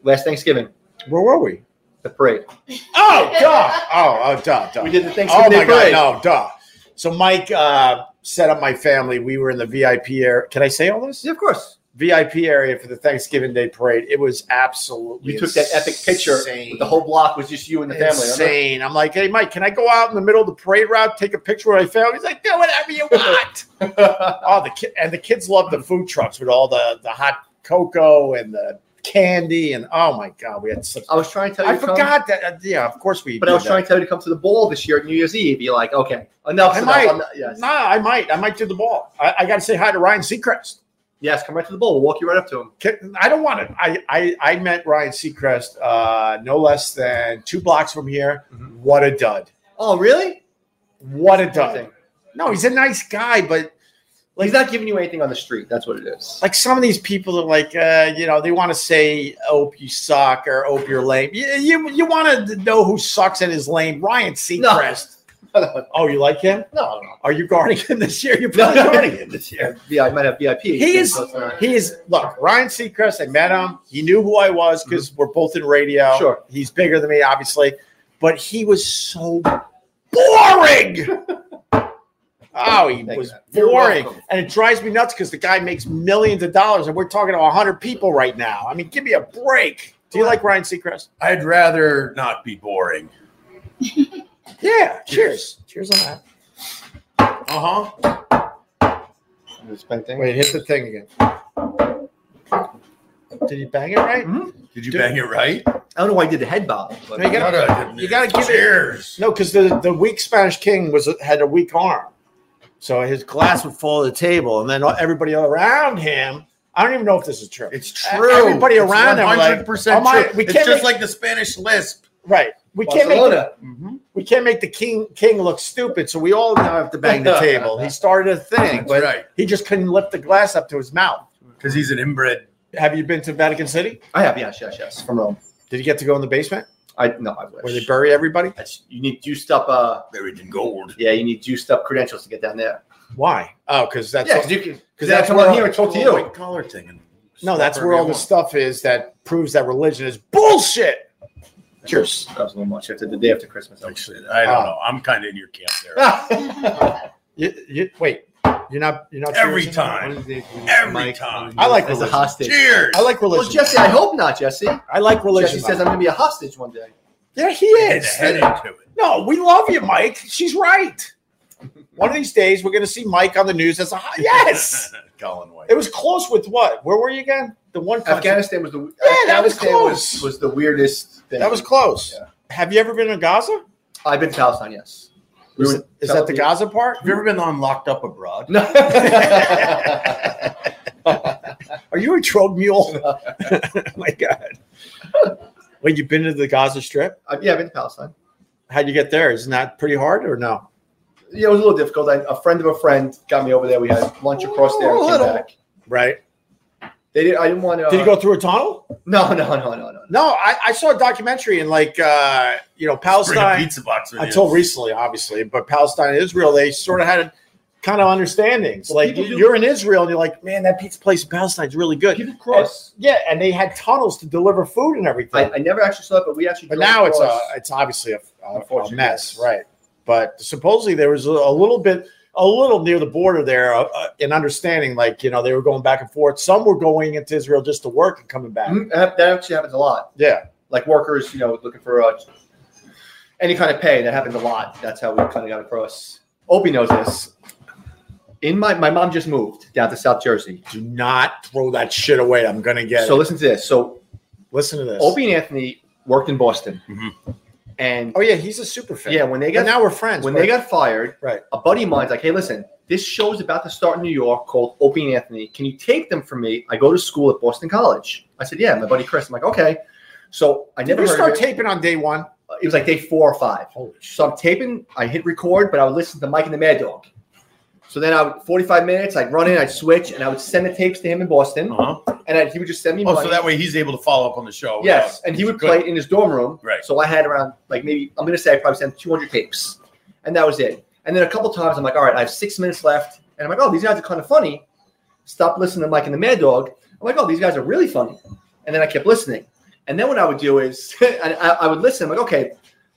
Speaker 1: last Thanksgiving,
Speaker 2: Where were we?
Speaker 1: the parade.
Speaker 2: [laughs] Oh, duh. Oh, oh, duh, duh.
Speaker 1: We did the Thanksgiving
Speaker 2: Oh
Speaker 1: Day
Speaker 2: my
Speaker 1: parade.
Speaker 2: god, no, duh. So Mike uh, set up my family. We were in the VIP area. Can I say all this?
Speaker 1: Yeah, of course.
Speaker 2: VIP area for the Thanksgiving Day parade. It was absolutely
Speaker 1: You took that epic picture.
Speaker 2: insane.
Speaker 1: The whole block was just you and the family. remember?
Speaker 2: Insane. I'm like, hey Mike, can I go out in the middle of the parade route, take a picture with my family? He's like, do whatever you
Speaker 1: [laughs]
Speaker 2: want. oh, the kid and the kids love the food trucks with all the the hot cocoa and the candy and oh my god, we had such.
Speaker 1: I was trying to tell you.
Speaker 2: I
Speaker 1: to come,
Speaker 2: forgot that. uh, yeah, of course we.
Speaker 1: but I
Speaker 2: did
Speaker 1: was
Speaker 2: that.
Speaker 1: trying to tell you to come to the ball this year at New Year's Eve. You're like, okay, enough.
Speaker 2: I might.
Speaker 1: yes.
Speaker 2: No, I might. I might do the ball. I, I got to say hi to Ryan Seacrest.
Speaker 1: yes, come right to the ball. We'll walk you right up to him.
Speaker 2: Can- I don't want to. I, I I met Ryan Seacrest uh, no less than two blocks from here.
Speaker 1: Mhm.
Speaker 2: What a dud!
Speaker 1: Oh, really?
Speaker 2: What a dud! No, he's a nice guy, but
Speaker 1: Like, he's not giving you anything on the street. That's what it
Speaker 2: [laughs]
Speaker 1: is.
Speaker 2: like some of these people are like, uh, you know, they want to say, "Oh, you suck," or "Oh, you're lame." You you, you want to know who sucks and is lame? Ryan Seacrest.
Speaker 1: no,
Speaker 2: Oh, you like him?
Speaker 1: no,
Speaker 2: Are you guarding him this year? You're probably
Speaker 1: No.
Speaker 2: guarding him this year.
Speaker 1: no. Yeah, I might have VIP.
Speaker 2: He is-
Speaker 1: So it's not-
Speaker 2: He is look, Ryan Seacrest. I met him. He knew who I was because we're both in radio.
Speaker 1: Mm-hmm. Sure.
Speaker 2: he's bigger than me, obviously, but he was so boring.
Speaker 1: [laughs]
Speaker 2: oh, he
Speaker 1: Thank
Speaker 2: was
Speaker 1: you. You're
Speaker 2: boring,
Speaker 1: welcome.
Speaker 2: and it drives me nuts because the guy makes millions of dollars, and we're talking to hundred people right now. I mean, give me a break. Do you like Ryan Seacrest?
Speaker 3: I'd rather not be boring.
Speaker 2: Yeah. Cheers. Cheers on that.
Speaker 3: Uh huh.
Speaker 2: Wait, hit the thing again. Did he bang it right?
Speaker 3: Did you
Speaker 2: Dude.
Speaker 3: bang it right?
Speaker 1: I don't know why I did the head bob. But
Speaker 2: No, you gotta- you gotta give it-
Speaker 3: Cheers.
Speaker 2: No, because the, the weak Spanish king was had a weak arm, so his glass would fall to the table, and then everybody around him. I don't even know if this is true.
Speaker 3: It's
Speaker 2: E-
Speaker 3: true.
Speaker 2: Everybody around him,
Speaker 3: One
Speaker 2: like,
Speaker 3: hundred
Speaker 2: oh
Speaker 3: percent
Speaker 2: my-
Speaker 3: true.
Speaker 2: we
Speaker 3: it's
Speaker 2: can't
Speaker 3: just
Speaker 2: make-
Speaker 3: like the Spanish lisp.
Speaker 2: right. We can't make the,
Speaker 1: Barcelona.
Speaker 2: we can't make the king king look stupid, so we all now have to bang the [laughs] table. He started a thing,
Speaker 3: That's
Speaker 2: but
Speaker 3: right.
Speaker 2: he just couldn't lift the glass up to his mouth.
Speaker 3: Because he's an inbred.
Speaker 2: Have you been to Vatican City?
Speaker 1: I have, yes, yes, yes, from Rome.
Speaker 2: Did you get to go in the basement?
Speaker 1: I no, I
Speaker 2: where they
Speaker 1: wish.
Speaker 2: bury everybody.
Speaker 1: That's, you need juiced up. Uh,
Speaker 3: Buried in gold.
Speaker 1: yeah, you need juiced up credentials to get down there.
Speaker 2: Why? Oh, because that's
Speaker 1: yeah, because you can. Because that's
Speaker 2: that's
Speaker 1: come out
Speaker 2: where-
Speaker 1: here and talk to you.
Speaker 3: White collar thing. and
Speaker 2: no,
Speaker 3: slap
Speaker 2: that's where
Speaker 3: wherever
Speaker 2: all
Speaker 3: you
Speaker 2: the
Speaker 3: want.
Speaker 2: stuff is that proves that religion is bullshit. Cheers.
Speaker 1: That was a little much. After the day after Christmas, I
Speaker 2: [laughs]
Speaker 1: was-
Speaker 3: Actually, I don't
Speaker 2: Ah.
Speaker 3: know. I'm kind of in your camp there.
Speaker 1: Ah!
Speaker 2: You, you, wait, you're not. You're not.
Speaker 3: Every
Speaker 2: serious?
Speaker 3: time. Every time.
Speaker 2: I like
Speaker 1: As a
Speaker 2: religion.
Speaker 1: hostage.
Speaker 3: Cheers.
Speaker 2: I like
Speaker 1: Well,
Speaker 2: religion.
Speaker 1: Jesse, I hope not, Jesse.
Speaker 2: I like religion.
Speaker 1: Jesse says I'm going to be a hostage one day.
Speaker 2: yeah, he
Speaker 3: Get the
Speaker 2: is.
Speaker 3: head into it.
Speaker 2: No, we love you, Mike. She's right. One of these days, we're going to see Mike on the news as a hi-
Speaker 3: [laughs]
Speaker 2: yes.
Speaker 3: Colin White.
Speaker 2: It was close with what? Where were you again? The one country-
Speaker 1: Afghanistan was the
Speaker 2: Yeah, that was
Speaker 1: Afghanistan
Speaker 2: close.
Speaker 1: Was, was the weirdest thing.
Speaker 2: That was close.
Speaker 1: Yeah.
Speaker 2: Have you ever been in Gaza?
Speaker 1: I've been to Palestine. Yes. We
Speaker 2: Is,
Speaker 1: were in
Speaker 2: is that the
Speaker 1: Tel
Speaker 2: Gaza part?
Speaker 3: Have you ever been on Locked Up Abroad?
Speaker 1: Aviv. No. [laughs]
Speaker 2: Are you a drug mule? [laughs] Oh
Speaker 1: [laughs]
Speaker 2: my God. Wait, you've been to the Gaza Strip?
Speaker 1: Uh, yeah, I've been to Palestine.
Speaker 2: How'd you get there? Isn't that pretty hard or no?
Speaker 1: Yeah, it was a little difficult. I, a friend of a friend got me over there. We had lunch across there. And
Speaker 2: Ooh, Oh, little.
Speaker 1: came back.
Speaker 2: Right.
Speaker 1: They did. I didn't want to.
Speaker 2: Did you go through a tunnel?
Speaker 1: No, no, no, no, no.
Speaker 2: No, I, I saw a documentary in like, uh, you know,
Speaker 3: Bring a
Speaker 2: Palestine.
Speaker 3: pizza box with you.
Speaker 2: until recently, obviously, but Palestine and Israel, they sort of had kind of understandings. Like
Speaker 1: people do-
Speaker 2: you're in Israel and you're like, man, that pizza place in Palestine is really good.
Speaker 1: People cross.
Speaker 2: Yeah, and they had tunnels to deliver food and everything.
Speaker 1: I, I never actually saw it, but we actually.
Speaker 2: but
Speaker 1: drove
Speaker 2: now it's uh, a,
Speaker 1: across.
Speaker 2: it's obviously a, a, a
Speaker 1: Unfortunately,
Speaker 2: mess,
Speaker 1: yes.
Speaker 2: right? But supposedly there was a, a little bit, a little near the border there, uh, uh, an understanding. Like you know, they were going back and forth. Some were going into Israel just to work and coming back.
Speaker 1: Mhm, that that actually happens a lot.
Speaker 2: Yeah,
Speaker 1: Like workers, you know, looking for uh, any kind of pay. That happens a lot. That's how we kind of got across. Opie knows this. In my my mom just moved down to South Jersey.
Speaker 2: do not throw that shit away. I'm gonna get.
Speaker 1: so
Speaker 2: it.
Speaker 1: listen to this. So
Speaker 2: Listen to this.
Speaker 1: Opie and Anthony worked in Boston,
Speaker 3: Mhm.
Speaker 1: and
Speaker 2: Mm-hmm. oh yeah, he's a super fan.
Speaker 1: yeah, when they got
Speaker 2: and now we're friends.
Speaker 1: when
Speaker 2: but-
Speaker 1: they got fired,
Speaker 2: Right.
Speaker 1: a buddy of mine's like, hey, listen, this show's about to start in New York called Opie and Anthony. Can you take them for me? I go to school at Boston College. I said, yeah, my buddy Chris. I'm like, okay. So I
Speaker 2: Did
Speaker 1: never
Speaker 2: you
Speaker 1: heard
Speaker 2: start
Speaker 1: of it.
Speaker 2: taping on day one?
Speaker 1: it was like day four or five.
Speaker 2: Holy
Speaker 1: So I'm taping, I hit record, but I would listen to Mike and the Mad Dog. So then I would 45 minutes, I'd run in, I'd switch, and I would send the tapes to him in Boston.
Speaker 3: Uh-huh.
Speaker 1: And I, he would just send me
Speaker 3: Oh,
Speaker 1: money.
Speaker 3: so that way he's able to follow up on the show.
Speaker 1: Yes,
Speaker 3: without-
Speaker 1: and he would
Speaker 3: Oh, Good.
Speaker 1: play it in his dorm room.
Speaker 3: Right.
Speaker 1: So I had around like maybe I'm gonna say I probably sent 200 tapes, and that was it. And then a couple times I'm like, all right, I have six minutes left, and I'm like, oh, these guys are kind of funny. Stop listening to Mike and the Mad Dog. I'm like, oh, these guys are really funny. And then I kept listening. And then what I would do is [laughs] I, I I would listen. I'm like, okay,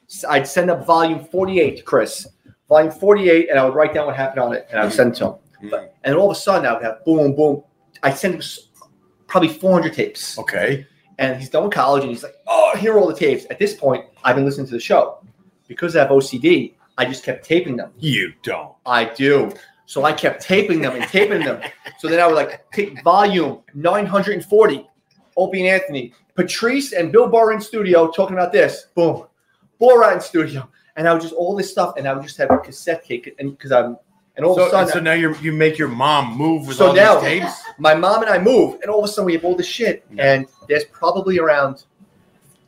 Speaker 1: So I'd send up volume 48 to Chris, volume 48, and I would write down what happened on it, and I would send it to him.
Speaker 3: Mm.
Speaker 1: And all of a sudden, I would have boom, boom. I sent him s- probably 400 tapes
Speaker 3: Okay.
Speaker 1: and he's done with college and he's like, oh, here are all the tapes. At this point, I've been listening to the show. Because I have OCD, I just kept taping them.
Speaker 3: You don't.
Speaker 1: I do. So I kept taping them and taping
Speaker 3: [laughs]
Speaker 1: them. So then I would like pick volume 940, Opie and Anthony, Patrice and Bill Burr in studio talking about this. Boom. Borat in studio. And I would just all this stuff and I would just have a cassette tape and because I'm and all of a
Speaker 3: So,
Speaker 1: sudden
Speaker 3: so now you you make your mom move with
Speaker 1: So
Speaker 3: all
Speaker 1: now-
Speaker 3: these tapes.
Speaker 1: my mom and I moved, and all of a sudden we have all this shit. And there's probably around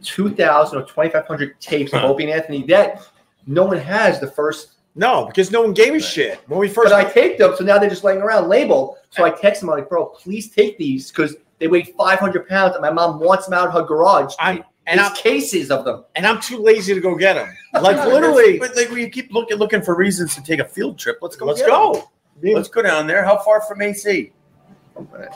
Speaker 1: 2,000 or 2,500 tapes of
Speaker 3: Huh.
Speaker 1: Opie and Anthony that no one has the first.
Speaker 2: No, because no one gave a
Speaker 3: Right.
Speaker 2: shit when we first.
Speaker 1: But I taped them, so now they're just laying around labeled. So I text them, I'm like, bro, please take these because they weigh 500 pounds, and my mom wants them out of her garage.
Speaker 2: I'm
Speaker 1: and
Speaker 2: and I'm
Speaker 1: cases of them.
Speaker 2: and I'm too lazy to go get them. [laughs] Like
Speaker 1: No,
Speaker 2: literally,
Speaker 3: But like, we keep looking looking for reasons to take a field trip. Let's go.
Speaker 2: let's
Speaker 3: get 'em.
Speaker 2: go.
Speaker 3: Let's go down there. How far from AC?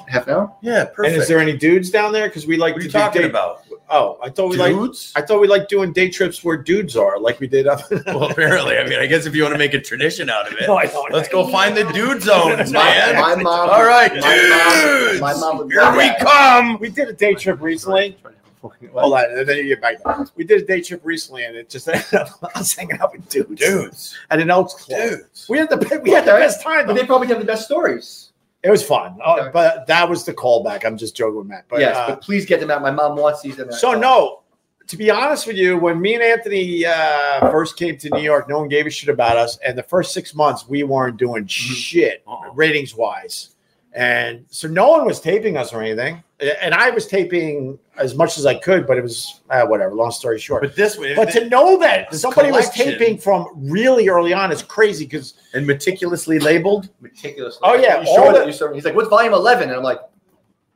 Speaker 1: Half an hour?
Speaker 3: Yeah, perfect.
Speaker 2: and is there any dudes down there? Because we like
Speaker 3: what are
Speaker 2: to
Speaker 3: you
Speaker 2: do
Speaker 3: talking
Speaker 2: day-
Speaker 3: about?
Speaker 2: Oh, I thought we like.
Speaker 3: Dudes?
Speaker 2: I thought we like doing day trips where dudes are, like we did up.
Speaker 3: well,
Speaker 1: [laughs]
Speaker 3: apparently. I mean, I guess if you want to make a tradition out of
Speaker 2: [laughs]
Speaker 3: it,
Speaker 2: No, I don't.
Speaker 3: let's go find the dude zones,
Speaker 1: [laughs] My,
Speaker 3: man.
Speaker 1: my mom.
Speaker 3: [laughs] All right,
Speaker 1: my mom-
Speaker 3: dudes.
Speaker 1: my mom would
Speaker 3: Here
Speaker 1: love
Speaker 3: we
Speaker 1: that.
Speaker 3: come.
Speaker 2: [laughs] we did a day trip recently. Hold on, and then you get back. We did a day trip recently, and it just ended up. [laughs] I was hanging out with dudes
Speaker 3: Dudes.
Speaker 2: at an Elks club.
Speaker 3: Dudes.
Speaker 2: We had the [laughs] we had the best time.
Speaker 1: But they probably have the best stories.
Speaker 2: It was fun, Oh,
Speaker 1: Okay.
Speaker 2: but that was the callback. I'm just joking with Matt. But,
Speaker 1: yes,
Speaker 2: uh,
Speaker 1: but please get them out. My mom wants these. and I-
Speaker 2: so no, to be honest with you, when me and Anthony uh, first came to New York, no one gave a shit about us, and the first six months we weren't doing shit
Speaker 3: Uh-uh.
Speaker 2: ratings wise, and so no one was taping us or anything, and I was taping as much as I could, but it was uh, whatever. Long story short. But-
Speaker 3: But this way,
Speaker 2: to know that
Speaker 3: This
Speaker 2: somebody was
Speaker 3: collection-
Speaker 2: taping from really early on is crazy because
Speaker 3: and meticulously labeled.
Speaker 1: meticulously.
Speaker 2: Oh, yeah,
Speaker 1: you
Speaker 2: all
Speaker 1: showed it.
Speaker 2: the-
Speaker 1: You showed me. He's like, "What's volume 11? And I'm like,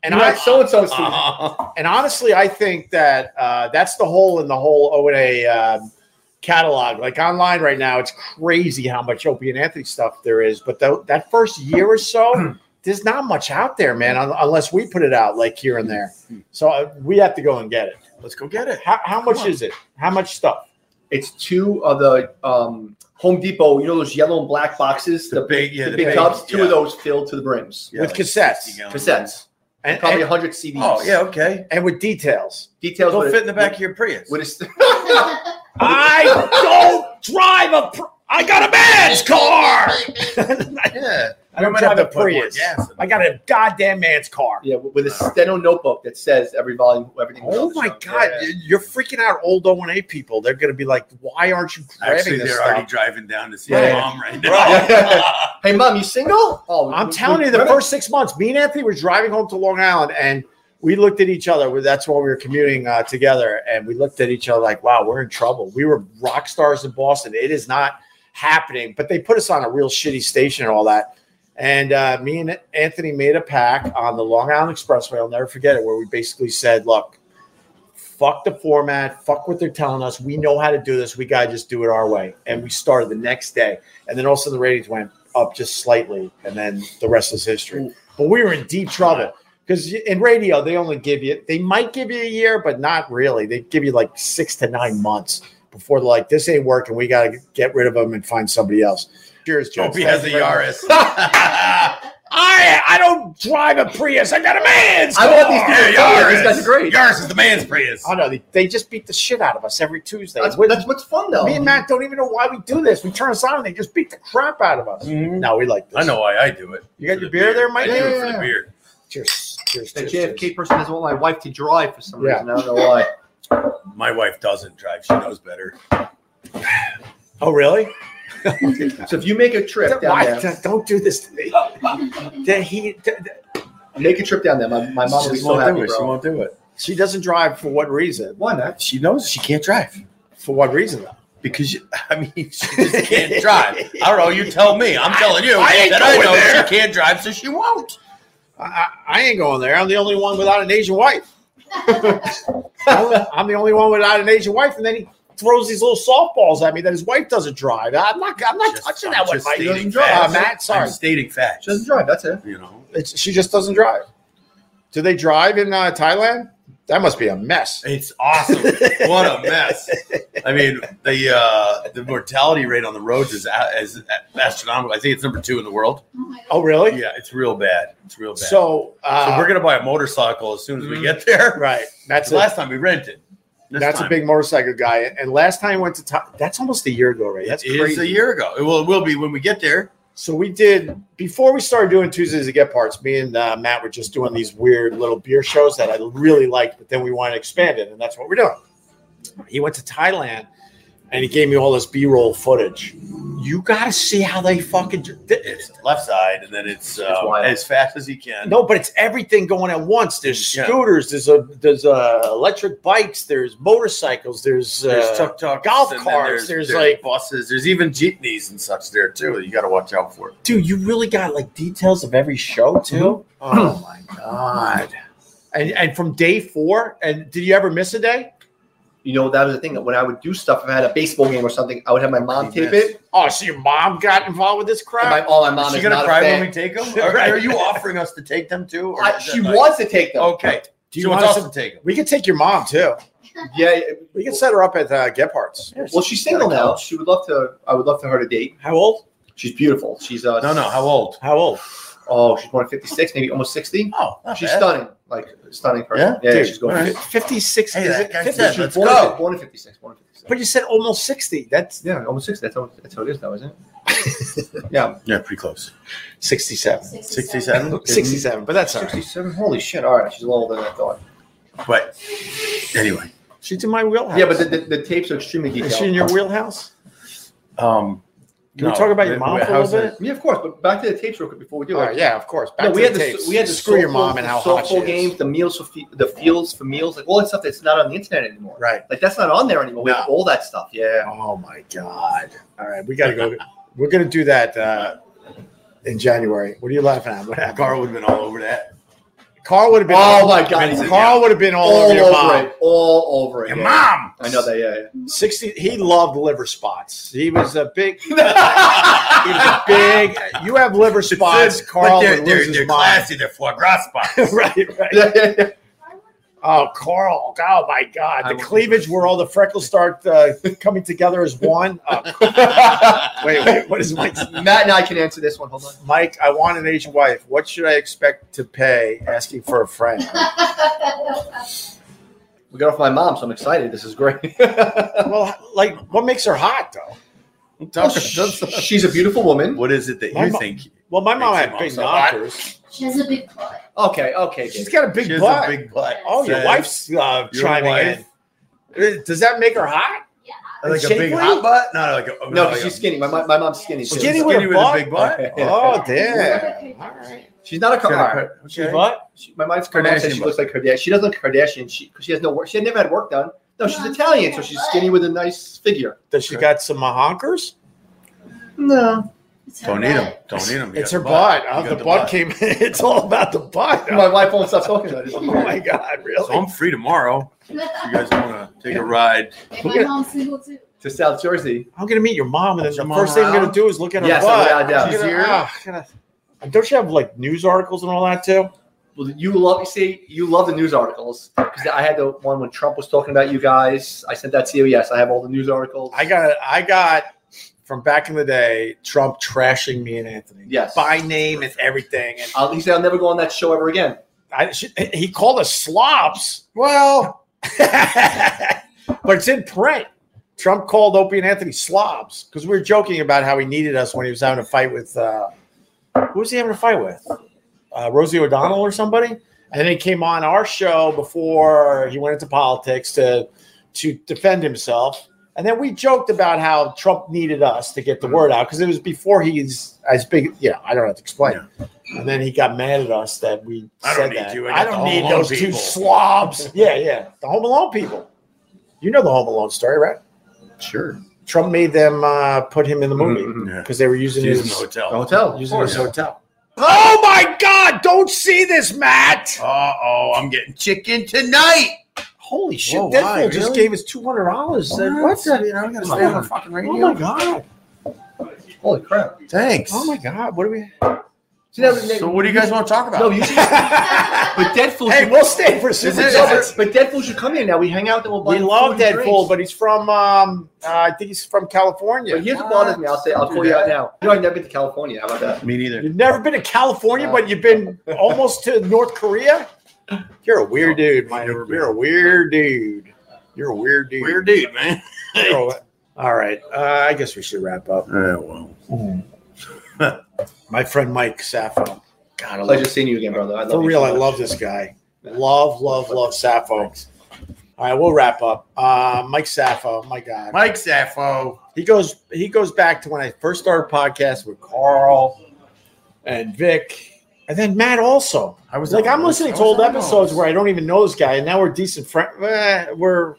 Speaker 1: And
Speaker 2: And
Speaker 1: I
Speaker 2: I
Speaker 1: so and so's
Speaker 3: Uh,
Speaker 2: and honestly, I think that uh, that's the hole in the whole O and A um, catalog. Like online right now, it's crazy how much Opie and Anthony stuff there is. But tho- that first year or [clears throat] so, there's not much out there, man. Un- unless we put it out like here and there, so uh, we have to go and get it.
Speaker 3: let's go get it.
Speaker 2: How, how much is it? How much stuff?
Speaker 1: It's two of the um, Home Depot. You know those yellow and black boxes, the,
Speaker 3: The big, yeah,
Speaker 1: the big tubs. Two of those filled to the brims.
Speaker 2: With cassettes.
Speaker 1: Cassettes,
Speaker 2: And,
Speaker 1: probably
Speaker 2: and,
Speaker 1: hundred CDs.
Speaker 3: Oh yeah, okay.
Speaker 2: and with details.
Speaker 1: details.
Speaker 3: They'll
Speaker 1: what it-
Speaker 3: fit in the back of your
Speaker 1: [laughs]
Speaker 3: Prius.
Speaker 1: What is
Speaker 2: I don't drive a. Pr- I got a man's
Speaker 5: [laughs] Oh
Speaker 2: car.
Speaker 3: yeah,
Speaker 2: I don't
Speaker 3: might
Speaker 2: drive
Speaker 3: have
Speaker 2: a
Speaker 3: to put more
Speaker 2: Prius.
Speaker 3: gas in
Speaker 2: I got a goddamn man's car.
Speaker 1: yeah with a steno notebook that says every volume, everything. was on
Speaker 2: Oh
Speaker 1: the
Speaker 2: my
Speaker 1: shelf.
Speaker 2: God,
Speaker 1: Yeah.
Speaker 2: you're freaking out old O&A people. They're going to be like, why aren't you grabbing
Speaker 3: Actually,
Speaker 2: this
Speaker 3: they're
Speaker 2: stuff?
Speaker 3: already driving down to see
Speaker 1: Yeah.
Speaker 3: their mom right now.
Speaker 1: Right. Hey mom, you single? Oh,
Speaker 2: I'm
Speaker 1: we-
Speaker 2: telling
Speaker 1: we-
Speaker 2: you, the
Speaker 1: we're-
Speaker 2: first six months, me and Anthony were driving home to Long Island and we looked at each other. That's when we were commuting uh, together. And we looked at each other like, wow, we're in trouble. We were rock stars in Boston. It is not happening. But they put us on a real shitty station and all that. And uh, me and Anthony made a pact on the Long Island Expressway. I'll never forget it, where we basically said, look, fuck the format, fuck what they're telling us. We know how to do this. We got to just do it our way. And we started the next day. And then also the ratings went up just slightly. And then the rest is history. But we were in deep trouble because in radio, they only give you, they might give you a year, but not really. They give you like six to nine months before they're like, this ain't working. We got to get rid of them and find somebody else. Cheers, Joe.
Speaker 1: [laughs]
Speaker 3: Opie has a Yaris.
Speaker 2: I I don't drive a Prius. I got a man's.
Speaker 1: I want these
Speaker 2: car.
Speaker 1: people to
Speaker 3: Yeah,
Speaker 1: tell you,
Speaker 3: yours.
Speaker 1: These guys are great.
Speaker 3: Yaris is the man's Prius.
Speaker 2: I know they, they just beat the shit out of us every Tuesday.
Speaker 1: That's,
Speaker 2: We-
Speaker 1: that's what's fun though.
Speaker 2: me and Matt don't even know why we do this. We turn us on and they just beat the crap out of us.
Speaker 1: Mm.
Speaker 3: Mhm.
Speaker 2: No, we like this.
Speaker 3: I know why I do it.
Speaker 2: You got
Speaker 3: For
Speaker 2: your
Speaker 3: the
Speaker 2: beer there, Mike?
Speaker 3: I do it
Speaker 2: Yeah.
Speaker 3: for the beer.
Speaker 2: Cheers. Cheers.
Speaker 1: The
Speaker 2: cheers,
Speaker 1: JFK
Speaker 2: cheers.
Speaker 1: person doesn't want my wife to drive for some
Speaker 2: Yeah.
Speaker 1: reason. I don't know why.
Speaker 3: My wife doesn't drive. She knows better.
Speaker 2: Oh, really?
Speaker 1: So if you make a trip down
Speaker 2: Why?
Speaker 1: there,
Speaker 2: Don't do this to me. That he, that- that-
Speaker 1: make a trip down there. My, my mom
Speaker 3: She
Speaker 1: will be
Speaker 3: just
Speaker 1: so
Speaker 3: won't do
Speaker 1: happy,
Speaker 3: it. She
Speaker 1: bro.
Speaker 3: won't do it.
Speaker 2: she doesn't drive for what reason?
Speaker 1: Why not?
Speaker 3: She knows she can't drive
Speaker 2: For what reason, though? [laughs]
Speaker 3: because you- I mean she just can't drive. I don't know. You tell me. I'm telling you
Speaker 2: I ain't
Speaker 3: that I
Speaker 2: going
Speaker 3: know
Speaker 2: there.
Speaker 3: she can't drive, so she won't.
Speaker 2: I, I, I ain't going there. I'm the only one without an Asian [laughs] wife. I'm the only one without an Asian wife, and then he throws these little softballs at me that his wife doesn't drive. I'm not. I'm not
Speaker 3: Just-
Speaker 2: touching
Speaker 3: I'm
Speaker 2: that one.
Speaker 3: just
Speaker 2: Mike.
Speaker 3: stating
Speaker 2: Uh,
Speaker 3: facts.
Speaker 2: Matt, sorry.
Speaker 3: I'm stating facts.
Speaker 1: She doesn't drive. That's it.
Speaker 3: you know.
Speaker 2: It's, she just doesn't drive. Do they drive in uh, Thailand? That must be a mess.
Speaker 3: It's awesome. what a mess. I mean, the uh, the mortality rate on the roads is a- is astronomical. I think it's number two in the world.
Speaker 2: Oh, really?
Speaker 3: Yeah, it's real bad. It's real bad.
Speaker 2: So, uh,
Speaker 3: So we're gonna buy a motorcycle as soon as we get there.
Speaker 2: right. That's
Speaker 3: That's the
Speaker 2: a,
Speaker 3: last time we rented. This
Speaker 2: that's a
Speaker 3: time.
Speaker 2: big motorcycle guy. And last time I went to Thailand, that's almost a year ago, right?
Speaker 3: It
Speaker 2: That's
Speaker 3: is
Speaker 2: crazy.
Speaker 3: a year ago. It will, it will be when we get there.
Speaker 2: So we did before we started doing Tuesdays to get parts. Me and uh, Matt were just doing these weird little beer shows that I really liked, but then we wanted to expand it, and that's what we're doing. He went to Thailand, and he gave me all this B-roll footage. You got to see how they fucking. dr-
Speaker 3: It's left side, and then it's, uh,
Speaker 1: wild.
Speaker 3: as fast as you can.
Speaker 2: No, but it's everything going at once. There's
Speaker 3: Yeah.
Speaker 2: scooters. There's a there's uh, electric bikes. There's motorcycles. There's, uh,
Speaker 3: There's tuk tuk
Speaker 2: golf cars, there's, like-
Speaker 3: buses. There's even jeepneys and such there too. that You got to watch out for.
Speaker 2: dude. You really got like details of every show too. [clears throat] Oh my god! And and from day four. And did you ever miss a day?
Speaker 1: You know that was the thing that when I would do stuff, if I had a baseball game or something, I would have my mom tape it.
Speaker 2: Oh, so your mom got involved with this
Speaker 1: And my,
Speaker 2: crap?
Speaker 1: all my mom
Speaker 3: Is she
Speaker 1: is
Speaker 3: gonna
Speaker 1: not a
Speaker 3: cry when
Speaker 1: fan.
Speaker 3: we take them?
Speaker 2: [laughs]
Speaker 3: Are,
Speaker 2: Right.
Speaker 3: are you offering us to take them too? Or
Speaker 1: I,
Speaker 3: is
Speaker 1: she
Speaker 3: that like-
Speaker 1: wants to take them.
Speaker 3: Okay.
Speaker 2: Do
Speaker 3: Do
Speaker 2: you
Speaker 3: you
Speaker 2: want
Speaker 3: want us
Speaker 2: some-
Speaker 3: to take them?
Speaker 2: we could take your mom too.
Speaker 1: Yeah.
Speaker 2: We could set her up at uh, Gephart's.
Speaker 1: Well, she's single now. She would love to. I would love to her to date.
Speaker 2: How old?
Speaker 1: She's beautiful. She's uh
Speaker 3: No, no. How old?
Speaker 2: How old?
Speaker 1: Oh, she's going fifty six, maybe almost sixty.
Speaker 3: Oh, not
Speaker 1: She's
Speaker 3: bad.
Speaker 1: stunning, like stunning person.
Speaker 3: Yeah?
Speaker 1: Yeah,
Speaker 2: Dude,
Speaker 1: she's going.
Speaker 3: all
Speaker 1: Right.
Speaker 3: right.
Speaker 2: Fifty six.
Speaker 3: Hey,
Speaker 2: is
Speaker 3: that
Speaker 2: it
Speaker 3: guy
Speaker 2: 50?
Speaker 3: said-
Speaker 1: She's
Speaker 3: Let's
Speaker 1: born,
Speaker 3: go.
Speaker 1: Born in fifty six. Born in fifty
Speaker 2: But
Speaker 1: six.
Speaker 2: you said almost sixty. That's
Speaker 1: Yeah, almost sixty. That's how, that's how it is now, isn't it? yeah,
Speaker 3: Yeah, pretty close.
Speaker 2: sixty seven.
Speaker 3: Sixty-seven.
Speaker 2: Sixty seven. But that's all right.
Speaker 1: sixty seven. Holy shit! All right, she's a little older than I thought.
Speaker 3: But anyway,
Speaker 2: She's in my wheelhouse.
Speaker 1: Yeah, but the, the, the tapes are extremely detailed.
Speaker 2: is she in your wheelhouse?
Speaker 3: um,
Speaker 2: Can we talk about your
Speaker 3: wh-
Speaker 2: mom
Speaker 3: wh-
Speaker 2: for a
Speaker 3: how's
Speaker 2: little
Speaker 3: it-
Speaker 2: bit?
Speaker 1: Yeah, of course. But back to the tapes real quick before we do
Speaker 2: Oh
Speaker 1: it.
Speaker 2: yeah, of course. Back
Speaker 1: No,
Speaker 2: to
Speaker 1: we
Speaker 2: the
Speaker 1: had the
Speaker 2: tapes.
Speaker 1: we had the
Speaker 2: screw your
Speaker 1: soulful-
Speaker 2: mom and how hot she
Speaker 1: soulful
Speaker 2: is.
Speaker 1: games, the meals for fe- the fields for meals, like all that stuff that's not on the internet anymore.
Speaker 2: Right.
Speaker 1: Like that's not on there anymore. We have all that stuff. Yeah.
Speaker 2: Oh my god! All right, we gotta go. We're gonna do that uh, in January. What are you laughing at? What happened?
Speaker 3: Carl would have been all over that.
Speaker 2: Carl would have been.
Speaker 1: Oh my God.
Speaker 3: Vincent,
Speaker 2: Carl would have been all,
Speaker 1: all
Speaker 2: over
Speaker 1: over,
Speaker 2: your mom.
Speaker 1: it. All over it.
Speaker 3: Your
Speaker 1: yeah.
Speaker 3: [laughs] mom.
Speaker 1: I know that. Yeah. yeah.
Speaker 2: Sixty. He loved liver spots. He was a big. He
Speaker 3: that.
Speaker 2: was a big. You have liver spots, Carl.
Speaker 3: but they're,
Speaker 2: would
Speaker 3: they're,
Speaker 2: lose his
Speaker 3: they're
Speaker 2: mind.
Speaker 3: classy. They're foie gras
Speaker 2: [laughs]
Speaker 3: spots. [laughs]
Speaker 2: right, right.
Speaker 1: Yeah, yeah, yeah.
Speaker 2: Oh, Carl. Oh, my God.
Speaker 4: I
Speaker 2: The
Speaker 4: would-
Speaker 2: cleavage where all the freckles start uh, coming together as one. Oh, [laughs] wait, wait. What is Mike's?
Speaker 1: [laughs] Matt and I can answer this one. Hold on.
Speaker 2: Mike, I want an Asian wife. What should I expect to pay? Asking for a friend.
Speaker 1: We got off my mom, so I'm excited. This is great. [laughs] Oh,
Speaker 2: well, like, what makes her hot, though?
Speaker 1: Well, sh- She's a beautiful woman.
Speaker 3: what is it that
Speaker 2: Oh, My
Speaker 3: you
Speaker 2: mom-
Speaker 3: think?
Speaker 2: Well, my mom
Speaker 3: Makes
Speaker 2: had
Speaker 3: your
Speaker 2: big
Speaker 3: mom so hot.
Speaker 2: knockers.
Speaker 5: [laughs] she has a big butt.
Speaker 1: Okay, okay.
Speaker 2: She's
Speaker 1: David.
Speaker 2: got a big
Speaker 3: She has
Speaker 2: butt.
Speaker 3: a big butt.
Speaker 2: oh, your
Speaker 3: Says
Speaker 2: wife's uh,
Speaker 3: your
Speaker 2: chiming
Speaker 3: wife-
Speaker 2: in. Uh, Does that make her hot?
Speaker 3: Like a
Speaker 2: Shapely?
Speaker 3: big hot butt? No, like
Speaker 2: Oh,
Speaker 3: a,
Speaker 1: no,
Speaker 3: like
Speaker 1: 'cause
Speaker 3: a-
Speaker 1: she's skinny. My, my, my mom's skinny. too.
Speaker 2: Skinny with- a
Speaker 3: with a
Speaker 2: butt?
Speaker 3: big butt.
Speaker 1: Okay.
Speaker 2: Oh, damn. All right.
Speaker 1: She's not a
Speaker 3: She's got a
Speaker 1: car.
Speaker 3: cut- okay.
Speaker 2: She's what?
Speaker 1: She, my mom's my mom says
Speaker 3: Kardashian
Speaker 1: she
Speaker 3: butt.
Speaker 1: looks like Kardashian. She doesn't look Kardashian. She because she has no work. She had never had work done. No, she's
Speaker 5: No, I'm
Speaker 1: Italian, so
Speaker 5: saying
Speaker 1: she's
Speaker 5: her butt.
Speaker 1: skinny with a nice figure.
Speaker 2: Does she got some uh, honkers?
Speaker 1: No,
Speaker 5: It's her
Speaker 3: Don't eat them.
Speaker 5: butt.
Speaker 3: Don't eat them.
Speaker 2: It's her butt.
Speaker 3: You
Speaker 2: Oh,
Speaker 3: got
Speaker 2: the, butt, came. [laughs] it's all about the [laughs] butt.
Speaker 1: my wife won't stop talking about it. [laughs]
Speaker 2: oh my god,
Speaker 3: So
Speaker 2: really?
Speaker 3: I'm free tomorrow. If you guys want to take a ride?
Speaker 5: and [laughs] my mom's single too. [laughs]
Speaker 1: To South Jersey.
Speaker 2: I'm gonna meet your mom, and then
Speaker 3: Is your
Speaker 2: the
Speaker 3: mom
Speaker 2: first thing I'm gonna
Speaker 3: around?
Speaker 2: do is look at her
Speaker 1: Yes,
Speaker 2: butt.
Speaker 1: without a doubt.
Speaker 2: She's
Speaker 1: She's
Speaker 2: here.
Speaker 1: here?
Speaker 2: Don't you have like news articles and all that too?
Speaker 1: Well, you love you see you love the news articles because I had the one when Trump was talking about you guys. I sent that to you. Yes, I have all the news articles.
Speaker 2: I got I got from back in the day Trump trashing me and Anthony.
Speaker 1: Yes.
Speaker 2: by name and everything, and
Speaker 1: I'll, he said I'll never go on that show ever again.
Speaker 2: I, she, he called us slops. Well, [laughs] but it's in print. Trump called Opie and Anthony slobs because we were joking about how he needed us when he was having a fight with uh, who was he having a fight with? Uh, Rosie O'Donnell or somebody. And then he came on our show before he went into politics to to defend himself. And then we joked about how Trump needed us to get the
Speaker 3: Mm-hmm.
Speaker 2: word out because it was before he's as big. You know, I don't have to explain. And then he got mad at us that we
Speaker 3: I don't
Speaker 2: said
Speaker 3: need
Speaker 2: that.
Speaker 3: you. I
Speaker 2: I
Speaker 3: got
Speaker 2: don't
Speaker 3: the
Speaker 2: need
Speaker 3: Home Alone
Speaker 2: those two
Speaker 3: people."
Speaker 2: slobs. yeah, yeah, the Home Alone people. You know the Home Alone story, right?
Speaker 1: Sure.
Speaker 2: Trump made them uh, put him in the movie because
Speaker 1: Mhm.
Speaker 3: Yeah.
Speaker 2: they were using
Speaker 3: She's in
Speaker 2: his
Speaker 3: the
Speaker 1: The
Speaker 3: hotel.
Speaker 1: hotel.
Speaker 2: Oh, using his
Speaker 3: Yeah.
Speaker 2: hotel. Oh my God! Don't see this, Matt.
Speaker 3: Uh oh, I'm getting chicken tonight.
Speaker 2: Holy shit!
Speaker 3: Whoa,
Speaker 2: that
Speaker 3: why?
Speaker 2: fool just
Speaker 3: Really?
Speaker 2: gave us two hundred dollars. What the?
Speaker 3: You know, I gotta
Speaker 2: Come
Speaker 3: stay on
Speaker 2: on.
Speaker 3: the fucking
Speaker 2: Oh
Speaker 3: radio.
Speaker 2: my god!
Speaker 1: Holy crap!
Speaker 3: Thanks.
Speaker 2: Oh [laughs] my god! What are we?
Speaker 1: See, that was-
Speaker 3: So what do you guys want to talk
Speaker 2: [laughs]
Speaker 3: about?
Speaker 1: No, you should. But Deadpool.
Speaker 2: hey,
Speaker 1: should-
Speaker 2: we'll stay for
Speaker 1: Is
Speaker 2: super
Speaker 1: it-
Speaker 2: chats.
Speaker 1: but Deadpool should come in now. We hang out, then we'll buy
Speaker 2: We
Speaker 1: him
Speaker 2: love
Speaker 1: food and
Speaker 2: Deadpool,
Speaker 1: drinks.
Speaker 2: but he's from um, uh, I think he's from California.
Speaker 1: But here's what bothers me. I'll say, I'll call you out now. You know, I've never been to California. How about that?
Speaker 3: me neither.
Speaker 2: You've never been to California, but you've [laughs] been almost to North Korea. You're a weird dude, man.
Speaker 3: never been.
Speaker 2: You're a weird dude. You're a weird dude.
Speaker 3: Weird dude, man.
Speaker 2: You're a- All right, uh, I guess we should wrap up.
Speaker 3: Yeah, well.
Speaker 2: My friend Mike Sappho. God, I love
Speaker 1: Pleasure seeing you again, brother. I love
Speaker 2: For
Speaker 1: you
Speaker 2: real,
Speaker 1: so
Speaker 2: I
Speaker 1: much.
Speaker 2: love this guy. Love, love, love Sappho. All right, we'll wrap up. Uh, Mike Sappho, my God,
Speaker 3: Mike Sappho.
Speaker 2: he goes he goes back to when I first started podcast with Carl and Vic, and then Matt also.
Speaker 3: I was
Speaker 2: Like
Speaker 3: on
Speaker 2: I'm
Speaker 3: those.
Speaker 2: listening
Speaker 3: I
Speaker 2: to
Speaker 3: was
Speaker 2: old
Speaker 3: on those.
Speaker 2: episodes where I don't even know this guy, and now we're decent friends. where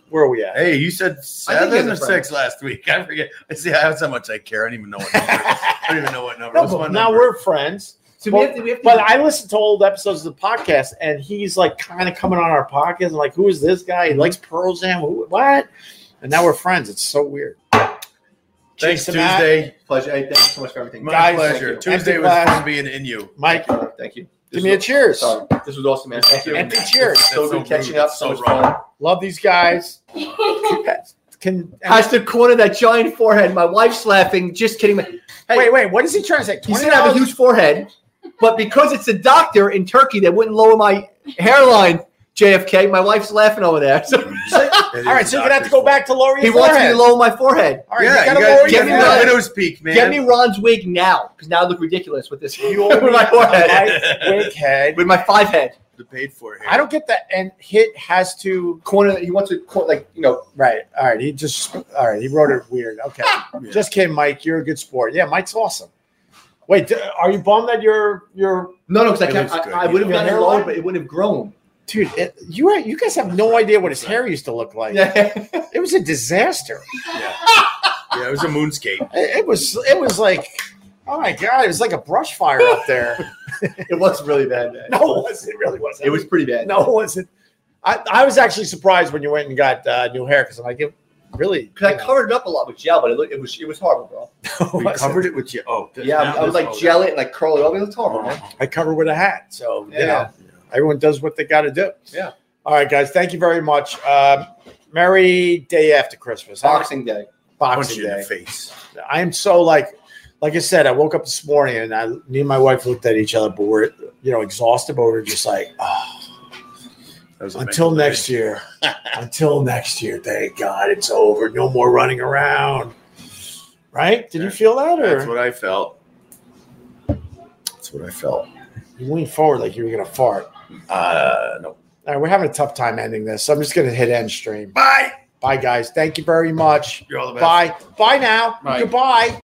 Speaker 2: where are we at?
Speaker 3: Hey, you said
Speaker 1: he has
Speaker 3: seven
Speaker 1: a
Speaker 3: or
Speaker 1: friend.
Speaker 3: six last week. I forget. I see. That's how much I care. I don't even know what number. I don't even know what number.
Speaker 2: No,
Speaker 3: What's my
Speaker 2: but now
Speaker 3: number?
Speaker 2: we're friends.
Speaker 1: So
Speaker 2: Well,
Speaker 1: we have to, we have to
Speaker 2: But I listen to old episodes of the podcast, and he's like kind of coming on our podcast. and like, who is this guy? He likes Pearl Jam. Who, what? And now we're friends. It's so weird.
Speaker 3: Thanks,
Speaker 2: Cheers to Matt.
Speaker 3: Tuesday.
Speaker 1: pleasure. Hey, thank you so much for everything.
Speaker 3: My
Speaker 2: Guys,
Speaker 3: pleasure.
Speaker 1: thank
Speaker 2: you.
Speaker 3: Tuesday
Speaker 2: Empty
Speaker 3: was
Speaker 2: glass.
Speaker 3: fun being in you.
Speaker 2: Mike,
Speaker 1: Mike, thank you.
Speaker 2: give
Speaker 1: This
Speaker 2: me a
Speaker 1: was-
Speaker 2: cheers.
Speaker 1: Sorry, this was awesome, man. Thank you.
Speaker 2: Empty cheers.
Speaker 1: So
Speaker 3: That's
Speaker 1: good catching
Speaker 3: rude.
Speaker 1: up.
Speaker 3: That's
Speaker 1: So much
Speaker 3: wrong.
Speaker 1: fun.
Speaker 2: Love these guys. Can
Speaker 1: Has to corner that giant forehead. My wife's laughing. Just kidding. Hey,
Speaker 2: wait, wait. What is he trying to say?
Speaker 1: he said I have a
Speaker 2: $20?
Speaker 1: huge forehead, but because it's a doctor in Turkey that wouldn't lower my hairline, JFK, my wife's laughing over there. [laughs] So
Speaker 3: [laughs] It
Speaker 2: All right,
Speaker 3: is
Speaker 2: so you're gonna have to go
Speaker 3: doctor's
Speaker 2: back to lower your
Speaker 1: he wants me
Speaker 2: forehead.
Speaker 1: to lower my forehead.
Speaker 2: All right,
Speaker 3: yeah,
Speaker 2: you gotta
Speaker 3: you guys,
Speaker 2: lower
Speaker 3: get
Speaker 2: your
Speaker 3: me
Speaker 1: forehead.
Speaker 3: that
Speaker 2: forehead.
Speaker 3: widow's peak, man.
Speaker 1: Get me Ron's wig now, because now I look ridiculous with this
Speaker 2: You
Speaker 1: [laughs] with my forehead,
Speaker 2: Mike Wig head.
Speaker 1: with my five head.
Speaker 3: the paid for hair.
Speaker 2: I don't get that. And hit has to
Speaker 1: Corner. He wants to cor- like you know.
Speaker 2: right. All right, he just all right. He wrote it weird.
Speaker 1: [laughs]
Speaker 2: Okay,
Speaker 3: Yeah.
Speaker 2: just kidding, Mike. You're a good sport. Yeah, Mike's awesome. Wait, d- are you bummed that you're you're
Speaker 1: No, no, because
Speaker 3: It
Speaker 1: I can't.
Speaker 3: looks good.
Speaker 1: I, I would have
Speaker 2: Your
Speaker 1: gotten it
Speaker 2: hairline?
Speaker 1: lower, but it wouldn't have grown.
Speaker 2: dude? It, you you guys have no idea what his hair used to
Speaker 1: [laughs]
Speaker 2: look like.
Speaker 1: Yeah.
Speaker 2: It was a disaster.
Speaker 3: yeah, it was
Speaker 2: [laughs]
Speaker 3: a moonscape.
Speaker 1: [laughs]
Speaker 2: It, it was it was like oh my god, it was like a brush fire up there.
Speaker 1: It was really bad. man.
Speaker 2: No, it wasn't. It really wasn't.
Speaker 1: It was pretty bad.
Speaker 2: No, it wasn't. I, I was actually surprised when you went and got uh, new hair because I'm like, it really.
Speaker 1: Because
Speaker 2: [laughs]
Speaker 1: I covered it up a lot with gel, but it, looked, it was it was horrible, bro.
Speaker 3: We covered it with you. Oh, this-
Speaker 1: Yeah,
Speaker 3: now
Speaker 1: I would
Speaker 3: this-
Speaker 1: like
Speaker 3: oh,
Speaker 1: gel it and like curl it up. It was horrible, man.
Speaker 2: I cover with a hat. So, you know,
Speaker 1: Yeah.
Speaker 2: everyone does what they got to do.
Speaker 1: Yeah.
Speaker 2: All right, guys. Thank you very much. Um, merry day after Christmas. How-
Speaker 1: Boxing Day.
Speaker 3: Punch
Speaker 2: Boxing
Speaker 3: you in the
Speaker 2: Day.
Speaker 3: face.
Speaker 2: I am so like, like I said, I woke up this morning and I, me and my wife looked at each other, but we're, you know, exhausted, but we're just like, oh,
Speaker 3: That was a
Speaker 2: until
Speaker 3: mental
Speaker 2: next
Speaker 3: [laughs]
Speaker 2: year, until next year. Thank God it's over. No more running around. Right? Did you feel that,
Speaker 3: thing. That's
Speaker 2: or
Speaker 3: what I felt. That's what I felt.
Speaker 2: you leaned forward like you were gonna fart?
Speaker 3: Uh, no.
Speaker 2: All right, we're having a tough time ending this, so I'm just gonna hit end stream.
Speaker 3: Bye.
Speaker 2: Bye, guys. Thank you very much.
Speaker 3: You're all the best.
Speaker 2: Bye. Bye now.
Speaker 3: Bye.
Speaker 2: Goodbye.